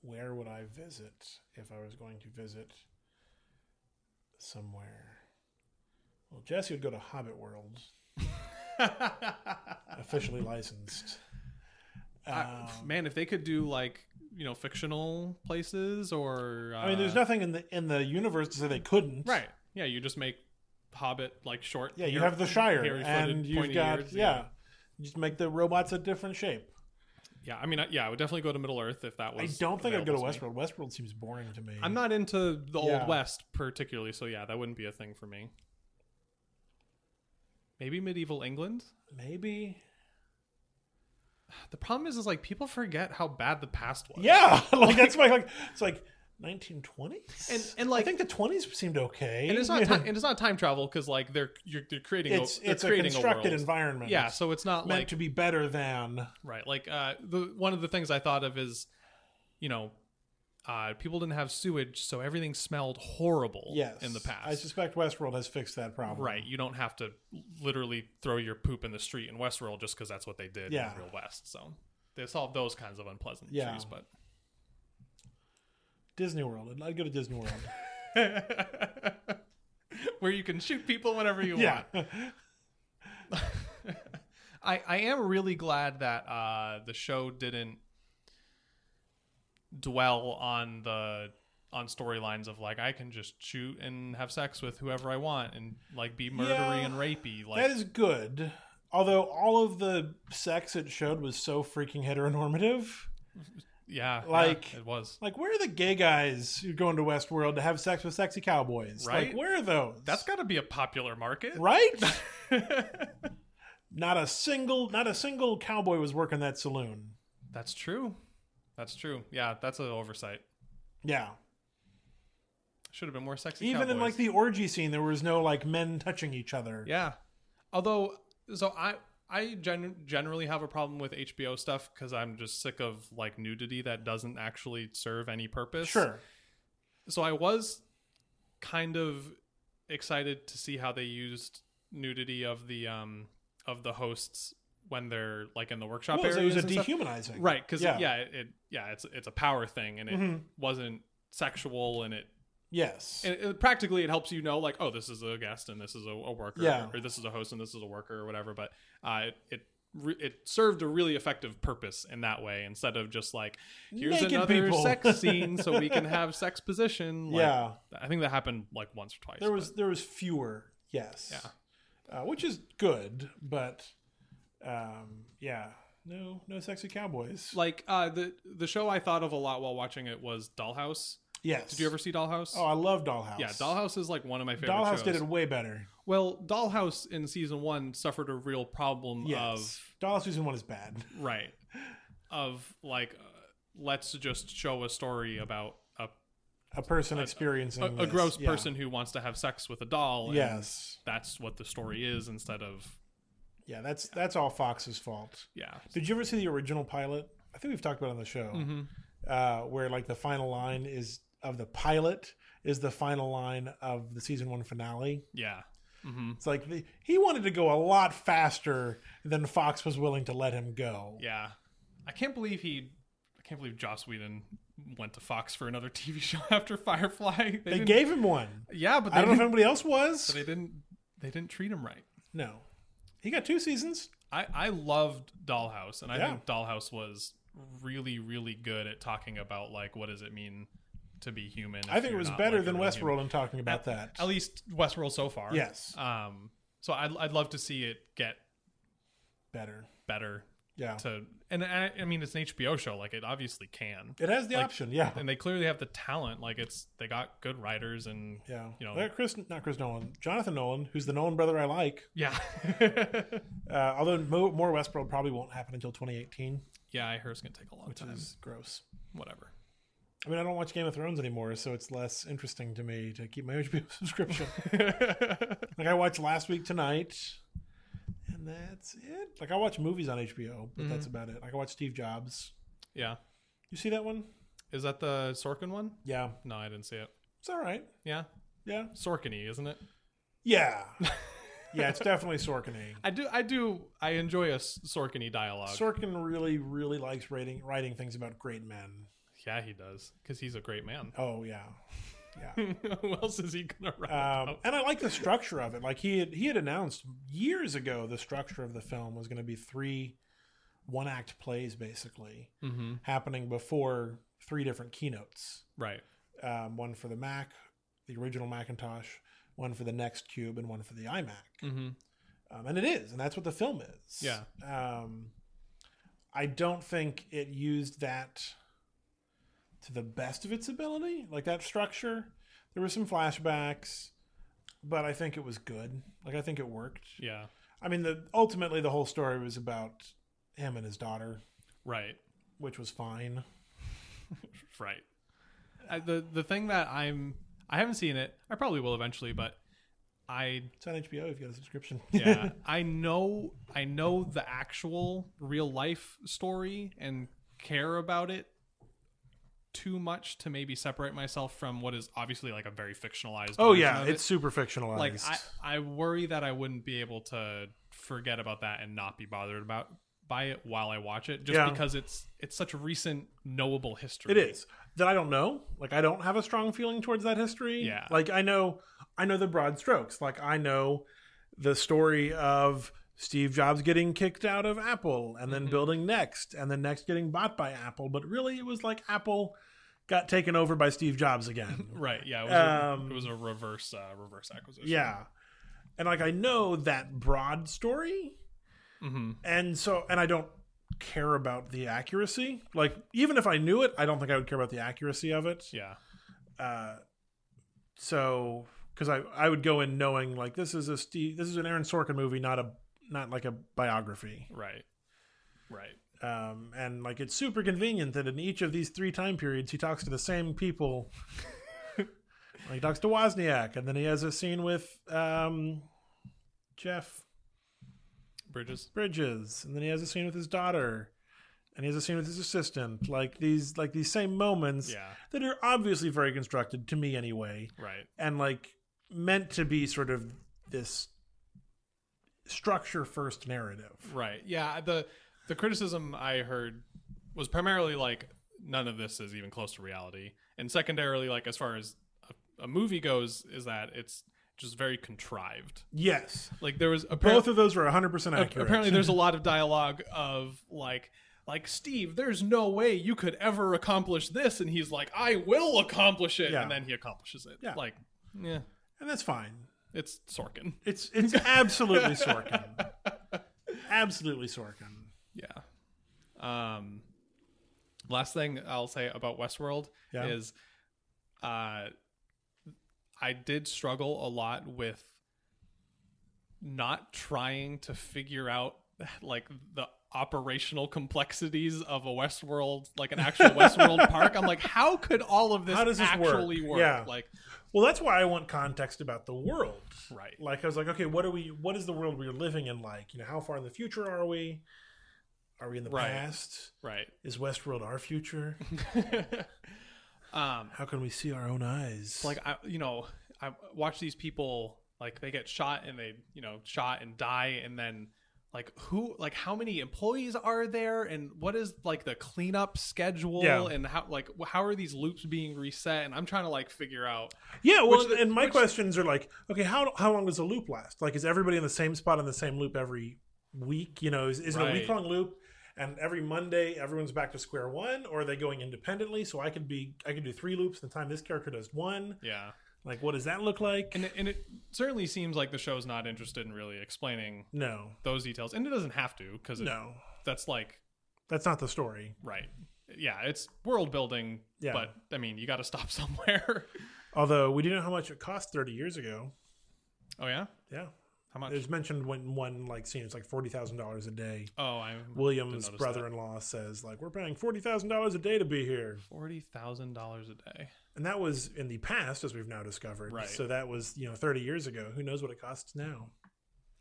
Speaker 1: Where would I visit if I was going to visit somewhere? Well, Jesse would go to Hobbit World, officially licensed.
Speaker 2: I-
Speaker 1: Um,
Speaker 2: man, if they could do like you know fictional places or uh,
Speaker 1: I mean, there's nothing in the in the universe to say they couldn't.
Speaker 2: Right. Yeah, you just make Hobbit like short.
Speaker 1: Yeah, you
Speaker 2: hair-
Speaker 1: have the Shire,
Speaker 2: hairy-footed,
Speaker 1: and you've
Speaker 2: pointy
Speaker 1: got
Speaker 2: ears.
Speaker 1: yeah. You Just make the robots a different shape.
Speaker 2: Yeah, I mean, I- yeah, I would definitely go to Middle Earth if that
Speaker 1: I
Speaker 2: was.
Speaker 1: don't think I'd go to
Speaker 2: available
Speaker 1: Westworld.
Speaker 2: me.
Speaker 1: Westworld seems boring to me.
Speaker 2: I'm not into the
Speaker 1: Yeah.
Speaker 2: Old West particularly, so yeah, that wouldn't be a thing for me. Maybe medieval England.
Speaker 1: maybe.
Speaker 2: The problem is, is like people forget how bad the past was.
Speaker 1: Yeah, like that's my like. It's like 1920s,
Speaker 2: And- and, like-
Speaker 1: I think the 20s seemed okay.
Speaker 2: and it's not
Speaker 1: You know,
Speaker 2: time, and it's not time travel because like they're you're they're creating
Speaker 1: it's
Speaker 2: a, they're
Speaker 1: it's a
Speaker 2: creating
Speaker 1: constructed
Speaker 2: world.
Speaker 1: environment.
Speaker 2: Yeah, so it's not
Speaker 1: meant
Speaker 2: like
Speaker 1: to be better than.
Speaker 2: Right. Like uh, the one of the things I thought of is, you know, uh, people didn't have sewage, so everything smelled horrible
Speaker 1: Yes,
Speaker 2: in the past.
Speaker 1: I suspect Westworld has fixed that problem.
Speaker 2: right. You don't have to literally throw your poop in the street in Westworld just because that's what they did
Speaker 1: Yeah.
Speaker 2: in Real West. So they solved those kinds of unpleasant
Speaker 1: Yeah.
Speaker 2: issues. But
Speaker 1: Disney World. I'd- I'd go to Disney World.
Speaker 2: where you can shoot people whenever you
Speaker 1: yeah,
Speaker 2: want. I, I am really glad that uh, the show didn't dwell on the on storylines of like I can just shoot and have sex with whoever I want and like be murdery
Speaker 1: Yeah.
Speaker 2: and rapey. Like
Speaker 1: that is good. Although all of the sex it showed was so freaking heteronormative.
Speaker 2: yeah, yeah,
Speaker 1: like-
Speaker 2: it was.
Speaker 1: Like, where are the gay guys who go into Westworld to have sex with sexy cowboys?
Speaker 2: Right?
Speaker 1: Like, where are those?
Speaker 2: That's got to be a popular market.
Speaker 1: right. not a single not a single cowboy was working that saloon
Speaker 2: that's true. That's true. Yeah, that's an oversight.
Speaker 1: yeah
Speaker 2: Should have been more sexy.
Speaker 1: even in
Speaker 2: cowboys.
Speaker 1: like the orgy scene there was no like men touching each other
Speaker 2: Yeah. Although, so I I gen- generally have a problem with HBO stuff because I'm just sick of like nudity that doesn't actually serve any purpose.
Speaker 1: Sure.
Speaker 2: So I was kind of excited to see how they used nudity of the um of the hosts when they're like in the workshop
Speaker 1: Well, so
Speaker 2: areas.
Speaker 1: it was a
Speaker 2: and stuff.
Speaker 1: dehumanizing.
Speaker 2: right? Because
Speaker 1: Yeah.
Speaker 2: yeah, it, it yeah it's it's a power thing, and it
Speaker 1: Mhm.
Speaker 2: wasn't sexual, and it
Speaker 1: Yes.
Speaker 2: and it, practically it helps you know like oh this is a guest and this is a, a worker
Speaker 1: Yeah.
Speaker 2: or this is a host and this is a worker or whatever but uh, it, it re- it served a really effective purpose in that way instead of just like here's
Speaker 1: Naked
Speaker 2: another
Speaker 1: people.
Speaker 2: sex scene so we can have sex position like,
Speaker 1: yeah.
Speaker 2: i think that happened like once or twice
Speaker 1: There was there was fewer. Yes.
Speaker 2: Yeah.
Speaker 1: Uh, which is good, but um, yeah, no no sexy cowboys.
Speaker 2: but, like uh, the the show i thought of a lot while watching it was dollhouse
Speaker 1: yes.
Speaker 2: did you ever see dollhouse
Speaker 1: Oh, I love Dollhouse.
Speaker 2: yeah dollhouse is like one of my favorite
Speaker 1: Dollhouse
Speaker 2: shows.
Speaker 1: did it way better.
Speaker 2: well dollhouse in season one suffered a real problem
Speaker 1: Yes.
Speaker 2: of
Speaker 1: Dollhouse season one is bad.
Speaker 2: right of like uh, let's just show a story about a,
Speaker 1: A person
Speaker 2: a,
Speaker 1: experiencing
Speaker 2: a
Speaker 1: this.
Speaker 2: gross
Speaker 1: Yeah.
Speaker 2: person who wants to have sex with a doll and
Speaker 1: Yes.
Speaker 2: that's what the story is instead of
Speaker 1: Yeah, that's that's all Fox's fault.
Speaker 2: yeah
Speaker 1: Did you ever see the original pilot? I think we've talked about it on the show.
Speaker 2: Mm-hmm.
Speaker 1: Uh, where like the final line is of the pilot is the final line of the season one finale.
Speaker 2: yeah hmm
Speaker 1: It's like the, he wanted to go a lot faster than Fox was willing to let him go.
Speaker 2: yeah i can't believe he i can't believe joss whedon went to fox for another tv show after firefly they,
Speaker 1: They
Speaker 2: didn't-
Speaker 1: gave him one.
Speaker 2: yeah but
Speaker 1: I
Speaker 2: they
Speaker 1: don't know if
Speaker 2: didn't,
Speaker 1: anybody else was.
Speaker 2: they didn't they didn't treat him right
Speaker 1: No, he got two seasons.
Speaker 2: I, I loved Dollhouse, and I
Speaker 1: Yeah.
Speaker 2: think Dollhouse was really, really good at talking about like what does it mean to be human.
Speaker 1: I
Speaker 2: if
Speaker 1: think it
Speaker 2: you're
Speaker 1: was
Speaker 2: not,
Speaker 1: better
Speaker 2: like, a
Speaker 1: than
Speaker 2: real human.
Speaker 1: Westworld. I'm talking about that.
Speaker 2: At least Westworld so far.
Speaker 1: Yes.
Speaker 2: Um. So I'd I'd love to see it get
Speaker 1: Better.
Speaker 2: better
Speaker 1: Yeah,
Speaker 2: to, and I, I mean it's an HBO show, like it obviously can,
Speaker 1: it has the
Speaker 2: like-
Speaker 1: option. Yeah,
Speaker 2: and they clearly have the talent. Like it's they got good writers and
Speaker 1: yeah.
Speaker 2: you know-
Speaker 1: They got Chris, not Chris Nolan, Jonathan Nolan, who's the Nolan brother I like.
Speaker 2: yeah,
Speaker 1: Uh, although mo- more Westworld probably won't happen until 2018,
Speaker 2: yeah. I heard it's gonna take a long
Speaker 1: which
Speaker 2: time.
Speaker 1: is gross.
Speaker 2: Whatever.
Speaker 1: I mean, I don't watch Game of Thrones anymore, so it's less interesting to me to keep my HBO subscription. Like I watched last week tonight, and that's it. Like I watch movies on HBO, but that's about it. Like I watch Steve Jobs.
Speaker 2: yeah.
Speaker 1: You see that one?
Speaker 2: Is that the Sorkin one?
Speaker 1: Yeah,
Speaker 2: No, I didn't see it.
Speaker 1: it's all right.
Speaker 2: Yeah,
Speaker 1: Yeah,
Speaker 2: Sorkin-y, isn't it?
Speaker 1: yeah, yeah. It's definitely Sorkin.
Speaker 2: I do, I do, I enjoy a S- Sorkin-y dialogue.
Speaker 1: Sorkin really, really likes writing writing things about great men.
Speaker 2: yeah, he does because he's a great man.
Speaker 1: Oh yeah,
Speaker 2: Who else is he gonna write?
Speaker 1: um,
Speaker 2: about?
Speaker 1: and I like the structure of it. Like he had he had announced years ago the structure of the film was going to be three one act plays basically
Speaker 2: Mhm.
Speaker 1: happening before three different keynotes.
Speaker 2: Right.
Speaker 1: um, one for the Mac, the original Macintosh, one for the next Cube, and one for the iMac.
Speaker 2: Mm-hmm.
Speaker 1: Um, and it is, and that's what the film is.
Speaker 2: Yeah.
Speaker 1: Um, I don't think it used that to the best of its ability, like that structure. There were some flashbacks, but I think it was good. Like I think it worked.
Speaker 2: Yeah.
Speaker 1: I mean, the ultimately the whole story was about him and his daughter,
Speaker 2: Right.
Speaker 1: which was fine.
Speaker 2: Right. I, the the thing that I'm, I haven't seen it. I probably will eventually, but I
Speaker 1: It's on HBO if you got a subscription.
Speaker 2: yeah i know i know the actual real life story and care about it too much to maybe separate myself from what is obviously like a very fictionalized
Speaker 1: oh
Speaker 2: version
Speaker 1: yeah,
Speaker 2: of it.
Speaker 1: it's super fictionalized.
Speaker 2: like I, I worry that i wouldn't be able to forget about that and not be bothered about by it while i watch it just
Speaker 1: Yeah.
Speaker 2: because it's it's such a recent knowable history
Speaker 1: It is that I don't know. Like I don't have a strong feeling towards that history.
Speaker 2: Yeah.
Speaker 1: Like I know, I know the broad strokes. Like I know the story of Steve Jobs getting kicked out of Apple and then
Speaker 2: Mm-hmm.
Speaker 1: building Next and then Next getting bought by Apple. But really, it was like Apple got taken over by Steve Jobs again.
Speaker 2: right yeah it was, a-
Speaker 1: Um,
Speaker 2: it was a, reverse uh, reverse acquisition
Speaker 1: yeah. And like I know that broad story,
Speaker 2: hmm
Speaker 1: and so and I don't care about the accuracy. Like even if I knew it, I don't think I would care about the accuracy of it.
Speaker 2: yeah
Speaker 1: Uh, so because I I would go in knowing like this is a Steve, this is an Aaron Sorkin movie, not a not like a biography.
Speaker 2: right right
Speaker 1: Um, and like it's super convenient that in each of these three time periods he talks to the same people. like he talks to Wozniak, and then he has a scene with um, Jeff
Speaker 2: Bridges.
Speaker 1: Bridges, and then he has a scene with his daughter, and he has a scene with his assistant. Like these, like these same moments
Speaker 2: Yeah.
Speaker 1: that are obviously very constructed to me anyway,
Speaker 2: Right.
Speaker 1: and like meant to be sort of this structure first narrative.
Speaker 2: Right. Yeah. The the criticism I heard was primarily like none of this is even close to reality, and secondarily, like as far as a, a movie goes, is that it's just very contrived.
Speaker 1: Yes,
Speaker 2: Like there was apparently,
Speaker 1: both of those were 100 percent accurate.
Speaker 2: apparently there's a lot of dialogue of like like Steve, there's no way you could ever accomplish this, and he's like, I will accomplish it,
Speaker 1: Yeah.
Speaker 2: and then he accomplishes it.
Speaker 1: Yeah.
Speaker 2: Like, yeah,
Speaker 1: and that's fine.
Speaker 2: it's Sorkin.
Speaker 1: It's it's absolutely Sorkin. Absolutely Sorkin.
Speaker 2: Yeah. Um last thing I'll say about Westworld
Speaker 1: Yeah.
Speaker 2: is uh I did struggle a lot with not trying to figure out like the operational complexities of a Westworld, like an actual Westworld park. I'm like, how could all of this,
Speaker 1: How does this work?
Speaker 2: actually work?
Speaker 1: Yeah.
Speaker 2: Like,
Speaker 1: Well, that's why I want context about the world.
Speaker 2: right.
Speaker 1: Like I was like, okay, what are we? What is the world we're living in like? You know, how far in the future are we? Are we in the
Speaker 2: Right.
Speaker 1: past?
Speaker 2: Right.
Speaker 1: Is Westworld our future?
Speaker 2: um
Speaker 1: How can we see our own eyes?
Speaker 2: like I, you know, I watch these people like they get shot and they, you know, shot and die, and then like who, like how many employees are there, and what is like the cleanup schedule,
Speaker 1: Yeah.
Speaker 2: and how like wh- how are these loops being reset? And I'm trying to like figure out.
Speaker 1: yeah. Well,
Speaker 2: which-
Speaker 1: and my
Speaker 2: which-
Speaker 1: questions are like, okay, how how long does a loop last? Like, is everybody in the same spot in the same loop every week? You know, is, is it a
Speaker 2: Right.
Speaker 1: week long loop? And every Monday, everyone's back to square one, or are they going independently? So I could be, I could do three loops in the time this character does one.
Speaker 2: Yeah,
Speaker 1: Like, what does that look like?
Speaker 2: and it, and it certainly seems like the show's not interested in really explaining
Speaker 1: no,
Speaker 2: those details, and it doesn't have to because
Speaker 1: no,
Speaker 2: that's like
Speaker 1: that's not the story.
Speaker 2: right. Yeah, it's world building,
Speaker 1: Yeah.
Speaker 2: but I mean, you got to stop somewhere.
Speaker 1: Although we do know how much it cost 30 years ago.
Speaker 2: oh yeah,
Speaker 1: Yeah,
Speaker 2: how much?
Speaker 1: there's mentioned when one like scene. It's like forty thousand dollars a day.
Speaker 2: oh, I
Speaker 1: William's
Speaker 2: notice
Speaker 1: brother-in-law says like we're paying forty thousand dollars a day to be here,
Speaker 2: Forty thousand dollars a day.
Speaker 1: and that was in the past, as we've now discovered.
Speaker 2: Right.
Speaker 1: So that was you know thirty years ago. Who knows what it costs now?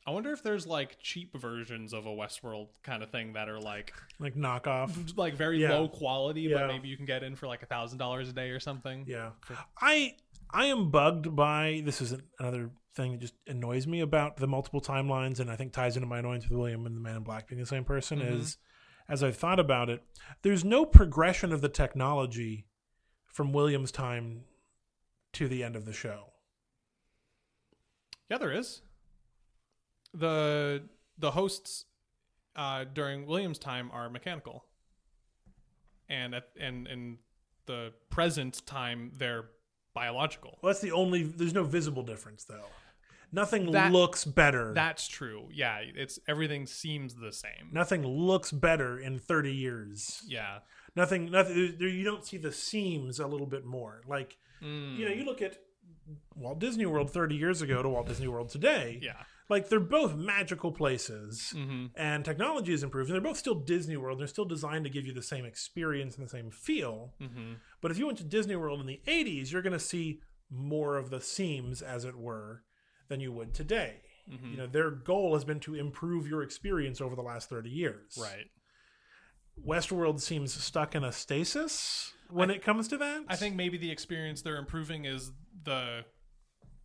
Speaker 2: I wonder if there's like cheap versions of a Westworld kind of thing that are like
Speaker 1: Like knockoff.
Speaker 2: like very
Speaker 1: Yeah.
Speaker 2: low quality,
Speaker 1: Yeah.
Speaker 2: but maybe you can get in for like a thousand dollars a day or something.
Speaker 1: Yeah. I I am bugged by this is an- another thing that just annoys me about the multiple timelines and I think ties into my annoyance with William and the man in black being the same person
Speaker 2: Mhm.
Speaker 1: is as I've thought about it, there's no progression of the technology from William's time to the end of the show.
Speaker 2: Yeah, there is. The the hosts uh, during Williams' time are mechanical, and at, and in the present time they're biological.
Speaker 1: Well, that's the only there's no visible difference though. Nothing
Speaker 2: That-
Speaker 1: looks better.
Speaker 2: That's true. Yeah, it's everything seems the same.
Speaker 1: nothing looks better in 30 years.
Speaker 2: Yeah.
Speaker 1: Nothing nothing there- there- you don't see the seams a little bit more. Like
Speaker 2: Mm,
Speaker 1: you know, you look at Walt Disney World 30 years ago to Walt Disney World today.
Speaker 2: yeah.
Speaker 1: Like they're both magical places
Speaker 2: hmm
Speaker 1: and technology has improved. And they're both still Disney World. They're still designed to give you the same experience and the same feel.
Speaker 2: hmm
Speaker 1: But if you went to Disney World in the 80s, you're going to see more of the seams, as it were, than you would today.
Speaker 2: Mm-hmm.
Speaker 1: You know, their goal has been to improve your experience over the last 30 years.
Speaker 2: Right.
Speaker 1: Westworld seems stuck in a stasis when it comes to that.
Speaker 2: I think maybe the experience they're improving is the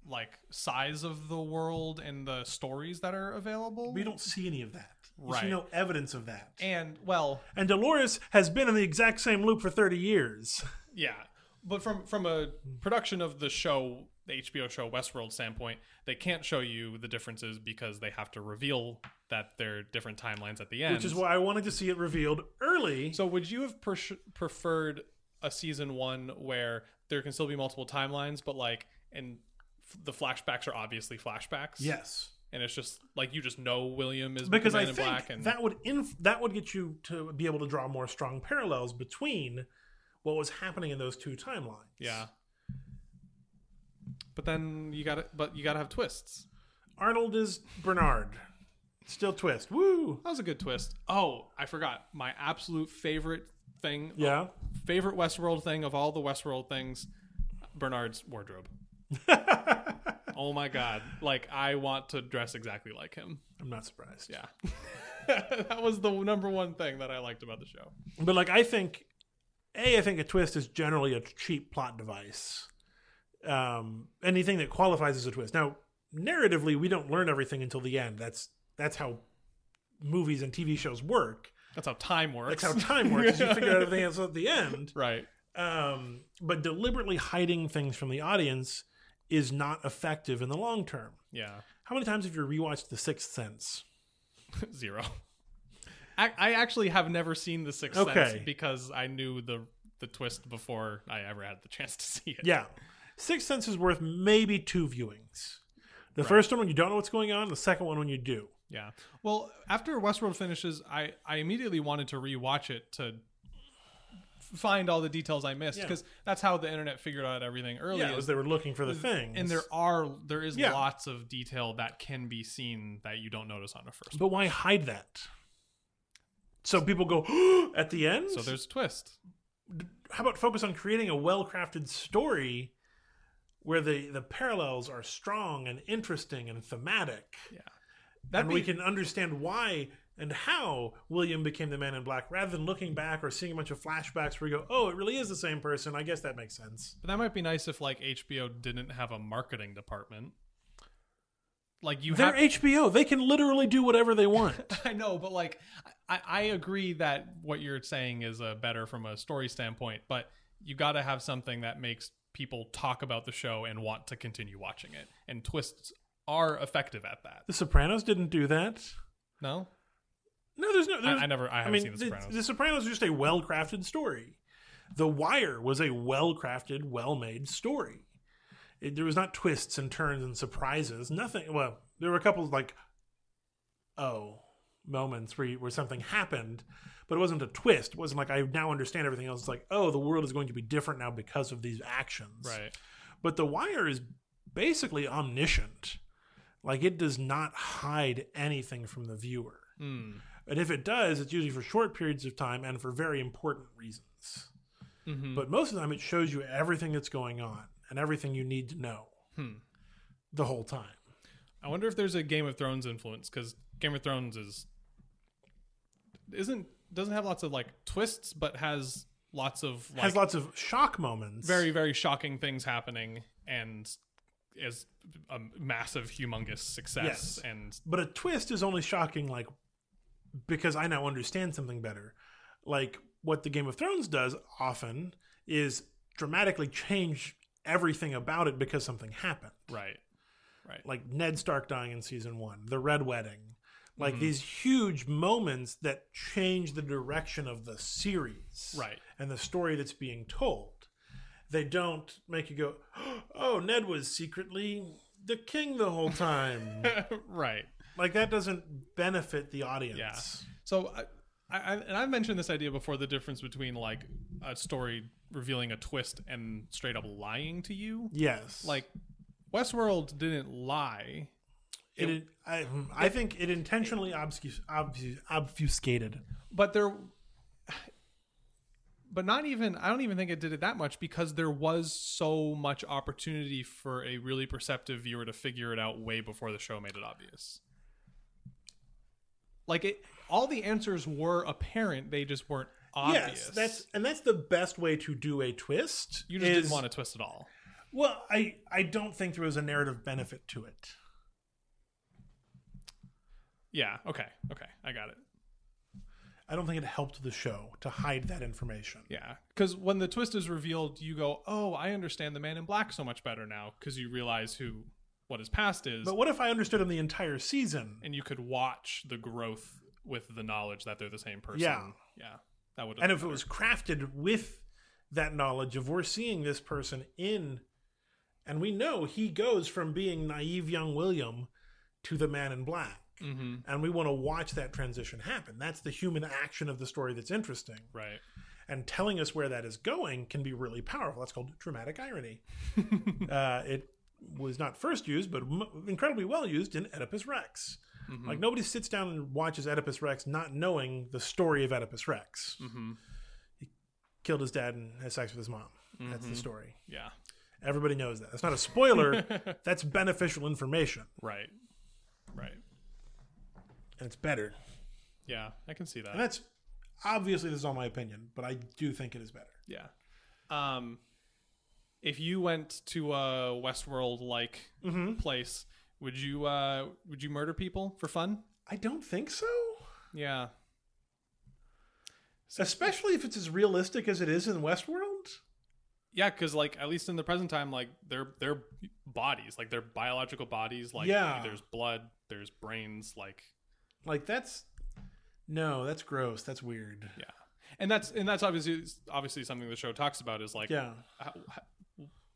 Speaker 2: like size of the world and the stories that are available.
Speaker 1: we don't see any of that. You see
Speaker 2: Right.
Speaker 1: no evidence of that.
Speaker 2: and well,
Speaker 1: And Dolores has been in the exact same loop for 30 years.
Speaker 2: yeah. But from from a production of the show, the HBO show Westworld standpoint, they can't show you the differences because they have to reveal that they're different timelines at the end.
Speaker 1: Which is why I wanted to see it revealed early.
Speaker 2: So would you have pres- preferred a season one where there can still be multiple timelines, but like and f- the flashbacks are obviously flashbacks?
Speaker 1: yes.
Speaker 2: and it's just like you just know William is
Speaker 1: Because
Speaker 2: the
Speaker 1: I
Speaker 2: man in
Speaker 1: think
Speaker 2: black and
Speaker 1: that would inf- that would get you to be able to draw more strong parallels between what was happening in those two timelines.
Speaker 2: yeah. But then you got to but you got to have twists.
Speaker 1: Arnold is Bernard. Still twist. Woo.
Speaker 2: That was a good twist. Oh, I forgot my absolute favorite thing,
Speaker 1: Yeah.
Speaker 2: favorite Westworld thing of all the Westworld things, Bernard's wardrobe. oh my god, like I want to dress exactly like him.
Speaker 1: I'm not surprised.
Speaker 2: Yeah. that was the number one thing that I liked about the show.
Speaker 1: But like I think A, I think a twist is generally a cheap plot device. Um anything that qualifies as a twist. Now, narratively we don't learn everything until the end. That's that's how movies and TV shows work.
Speaker 2: That's how time works.
Speaker 1: That's how time works. is You figure out everything else at the end.
Speaker 2: right.
Speaker 1: Um, but deliberately hiding things from the audience is not effective in the long term.
Speaker 2: Yeah.
Speaker 1: How many times have you rewatched The Sixth Sense?
Speaker 2: Zero. I, I actually have never seen The Sixth
Speaker 1: Okay.
Speaker 2: Sense because I knew the the twist before I ever had the chance to see it.
Speaker 1: Yeah. Sixth Sense is worth maybe two viewings. The first one when you don't know what's going on, the second one when you do.
Speaker 2: Yeah. Well, after Westworld finishes, I I immediately wanted to rewatch it to f- find all the details I missed
Speaker 1: Yeah.
Speaker 2: because that's how the internet figured out everything early.
Speaker 1: Yeah,
Speaker 2: is-
Speaker 1: as they were looking for the thing.
Speaker 2: Oh, and there are there is
Speaker 1: Yeah.
Speaker 2: lots of detail that can be seen that you don't notice on the first.
Speaker 1: But why hide that? So people go at the end.
Speaker 2: So there's a twist.
Speaker 1: how about focus on creating a well-crafted story where the the parallels are strong and interesting and thematic,
Speaker 2: Yeah. That
Speaker 1: and we can understand why and how William became the Man in Black, rather than looking back or seeing a bunch of flashbacks where you go, "Oh, it really is the same person." I guess that makes sense.
Speaker 2: But that might be nice if like HBO didn't have a marketing department. Like you
Speaker 1: They're
Speaker 2: have
Speaker 1: HBO; they can literally do whatever they want.
Speaker 2: I know, but like I, I agree that what you're saying is uh, better from a story standpoint, but you got to have something that makes people talk about the show and want to continue watching it. And twists are effective at that.
Speaker 1: the Sopranos didn't do that.
Speaker 2: No,
Speaker 1: No, there's no.
Speaker 2: I,
Speaker 1: There's,
Speaker 2: I never. I haven't
Speaker 1: mean,
Speaker 2: seen The Sopranos.
Speaker 1: The, the Sopranos is just a well-crafted story. The Wire was a well-crafted, well-made story. It, there was not twists and turns and surprises. Nothing. Well, there were a couple of like, oh, moments where you- where something happened, but it wasn't a twist. It wasn't like I now understand everything else. It's like, oh, the world is going to be different now because of these actions.
Speaker 2: right.
Speaker 1: But The Wire is basically omniscient. Like it does not hide anything from the viewer.
Speaker 2: Mm.
Speaker 1: And if it does, it's usually for short periods of time and for very important reasons.
Speaker 2: Mhm.
Speaker 1: But most of the time, it shows you everything that's going on and everything you need to know
Speaker 2: Hmm.
Speaker 1: the whole time.
Speaker 2: I wonder if there's a Game of Thrones influence because Game of Thrones is isn't doesn't have lots of like twists, but has lots of like
Speaker 1: Has lots of shock moments.
Speaker 2: very very shocking things happening and is a massive humongous success
Speaker 1: Yes.
Speaker 2: and
Speaker 1: But a twist is only shocking, like, because I now understand something better. Like, what the Game of Thrones does often is dramatically change everything about it because something happened.
Speaker 2: right
Speaker 1: like Ned Stark dying in season one, the Red Wedding, like these huge moments that change the direction of the series,
Speaker 2: Right.
Speaker 1: and the story that's being told. They don't make you go, "Oh, Ned was secretly the king the whole time."
Speaker 2: right
Speaker 1: like that doesn't benefit the audience.
Speaker 2: so I, I and i've mentioned this idea before the difference between like a story revealing a twist and straight up lying to you
Speaker 1: Yes,
Speaker 2: like westworld didn't lie
Speaker 1: it. I, I think it intentionally obfusc- obfusc- obfuscated.
Speaker 2: but there but not even i don't even think it did it that much because there was so much opportunity for a really perceptive viewer to figure it out way before the show made it obvious like it all the answers were apparent they just weren't obvious
Speaker 1: Yes, that's and that's the best way to do a twist.
Speaker 2: you just didn't
Speaker 1: is-
Speaker 2: want to twist at all
Speaker 1: Well, I I don't think there was a narrative benefit to it.
Speaker 2: yeah okay okay i got it
Speaker 1: I don't think it helped the show to hide that information.
Speaker 2: yeah because when the twist is revealed you go oh i understand the man in black so much better now because you realize who what his past is
Speaker 1: But what if I understood him the entire season?
Speaker 2: and you could watch the growth with the knowledge that they're the same person.
Speaker 1: Yeah.
Speaker 2: yeah, that would.
Speaker 1: And if it was crafted with that knowledge of we're seeing this person in and we know he goes from being naive young William to the man in black.
Speaker 2: hmm
Speaker 1: And we want to watch that transition happen. That's the human action of the story that's interesting.
Speaker 2: right,
Speaker 1: and telling us where that is going can be really powerful. That's called dramatic irony. uh, it was not first used, but m- incredibly well used in Oedipus Rex. Like nobody sits down and watches Oedipus Rex not knowing the story of Oedipus Rex.
Speaker 2: Mhm.
Speaker 1: He killed his dad and had sex with his mom. That's the story.
Speaker 2: yeah,
Speaker 1: Everybody knows that. That's not a spoiler. that's beneficial information,
Speaker 2: Right. Right.
Speaker 1: and it's better.
Speaker 2: Yeah, I can see that.
Speaker 1: And that's obviously this is all my opinion, but I do think it is better.
Speaker 2: Yeah. Um, if you went to a Westworld like place, would you uh, would you murder people for fun?
Speaker 1: I don't think so.
Speaker 2: Yeah.
Speaker 1: Especially if it's as realistic as it is in Westworld.
Speaker 2: Yeah, because like at least in the present time, like their their bodies, like their biological bodies, like
Speaker 1: Yeah.
Speaker 2: there's blood, there's brains, like
Speaker 1: Like that's no, that's gross. That's weird.
Speaker 2: yeah, and that's and that's obviously obviously something the show talks about is like
Speaker 1: Yeah.
Speaker 2: how, how-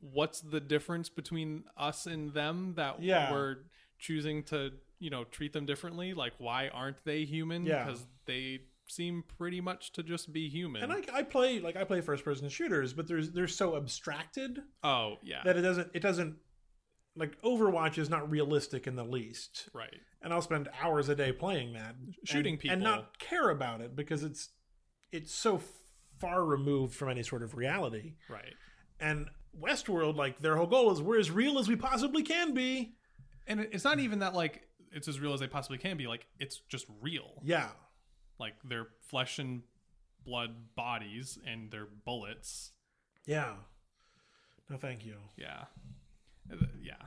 Speaker 2: what's the difference between us and them that
Speaker 1: Yeah.
Speaker 2: we're choosing to you know treat them differently like why aren't they human
Speaker 1: Yeah.
Speaker 2: because they seem pretty much to just be human
Speaker 1: And I, I play like I play first person shooters, but there's they're so abstracted
Speaker 2: oh yeah
Speaker 1: that it doesn't it doesn't like Overwatch is not realistic in the least.
Speaker 2: right
Speaker 1: And I'll spend hours a day playing that and-
Speaker 2: Shooting
Speaker 1: and
Speaker 2: people.
Speaker 1: not care about it because it's it's so far removed from any sort of reality.
Speaker 2: right
Speaker 1: And Westworld, like their whole goal is we're as real as we possibly can be.
Speaker 2: and it- it's not even that like it's as real as they possibly can be like it's just real
Speaker 1: Yeah,
Speaker 2: like their flesh and blood bodies and their bullets
Speaker 1: yeah. No, thank you.
Speaker 2: Yeah, Uh, yeah.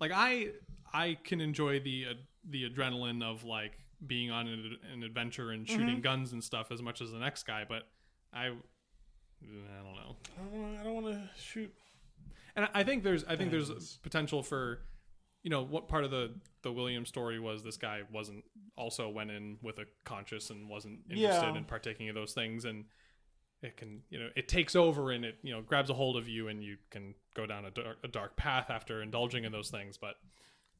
Speaker 2: Like I, I can enjoy the uh, the adrenaline of like being on an, an adventure and shooting guns and stuff as much as the next guy, but I, I don't know.
Speaker 1: I don't wanna- I don't want to shoot.
Speaker 2: And I- I think there's, I think
Speaker 1: Guns.
Speaker 2: there's potential for, you know, what part of the the William story was this guy wasn't also went in with a conscience and wasn't interested
Speaker 1: Yeah.
Speaker 2: in partaking of those things and. It can, you know, it takes over and it, you know, grabs a hold of you, and you can go down a dark, a dark path after indulging in those things. But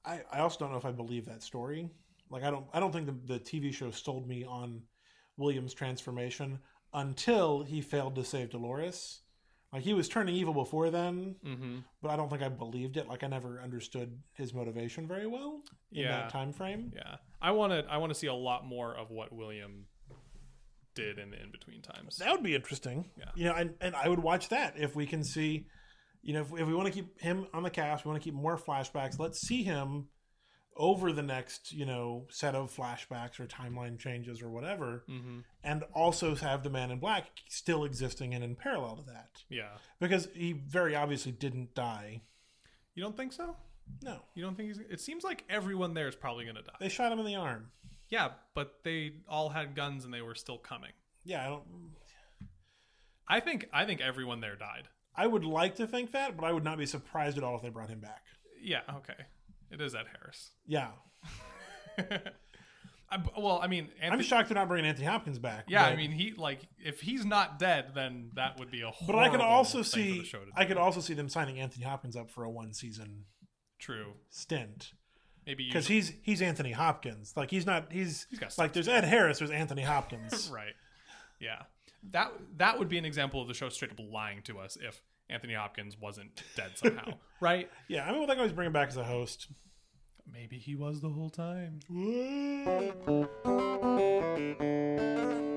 Speaker 1: I, I also don't know if I believe that story. Like I don't I don't think the, the TV show sold me on William's transformation until he failed to save Dolores. Like he was turning evil before then,
Speaker 2: Mm-hmm.
Speaker 1: but I don't think I believed it. Like I never understood his motivation very well in
Speaker 2: Yeah.
Speaker 1: that time frame.
Speaker 2: Yeah, I want to. I want to see a lot more of what William did in the in between times.
Speaker 1: That would be interesting.
Speaker 2: Yeah.
Speaker 1: You know, and, and I would watch that if we can see, you know, if, if we want to keep him on the cast, we want to keep more flashbacks. Let's see him over the next, you know, set of flashbacks or timeline changes or whatever,
Speaker 2: mm-hmm.
Speaker 1: and also have the Man in Black still existing and in parallel to that
Speaker 2: Yeah,
Speaker 1: because he very obviously didn't die.
Speaker 2: you don't think so?
Speaker 1: No,
Speaker 2: You don't think he's? It seems like everyone there is probably going to die.
Speaker 1: they shot him in the arm.
Speaker 2: Yeah, but they all had guns and they were still coming.
Speaker 1: Yeah, I don't.
Speaker 2: I think. I think everyone there died.
Speaker 1: I would like to think that, but I would not be surprised at all if they brought him back.
Speaker 2: Yeah. Okay. It is Ed Harris.
Speaker 1: Yeah,
Speaker 2: I, well, I mean,
Speaker 1: I'm
Speaker 2: Anthony,
Speaker 1: shocked they're not bringing Anthony Hopkins back.
Speaker 2: yeah, I
Speaker 1: but-
Speaker 2: mean, he like if he's not dead, then that would be a.
Speaker 1: But I could
Speaker 2: horrible
Speaker 1: also
Speaker 2: thing for
Speaker 1: see
Speaker 2: the show to do.
Speaker 1: I could also see them signing Anthony Hopkins up for a one season
Speaker 2: true.
Speaker 1: stint
Speaker 2: Maybe you
Speaker 1: because he's he's Anthony Hopkins. Like he's not he's,
Speaker 2: He's got
Speaker 1: like there's Ed Harris, there's Anthony Hopkins.
Speaker 2: right. Yeah. That that would be an example of the show straight up lying to us if Anthony Hopkins wasn't dead somehow. right?
Speaker 1: yeah, I mean, well, they can always bring him back as a host.
Speaker 2: Maybe he was the whole time.
Speaker 1: All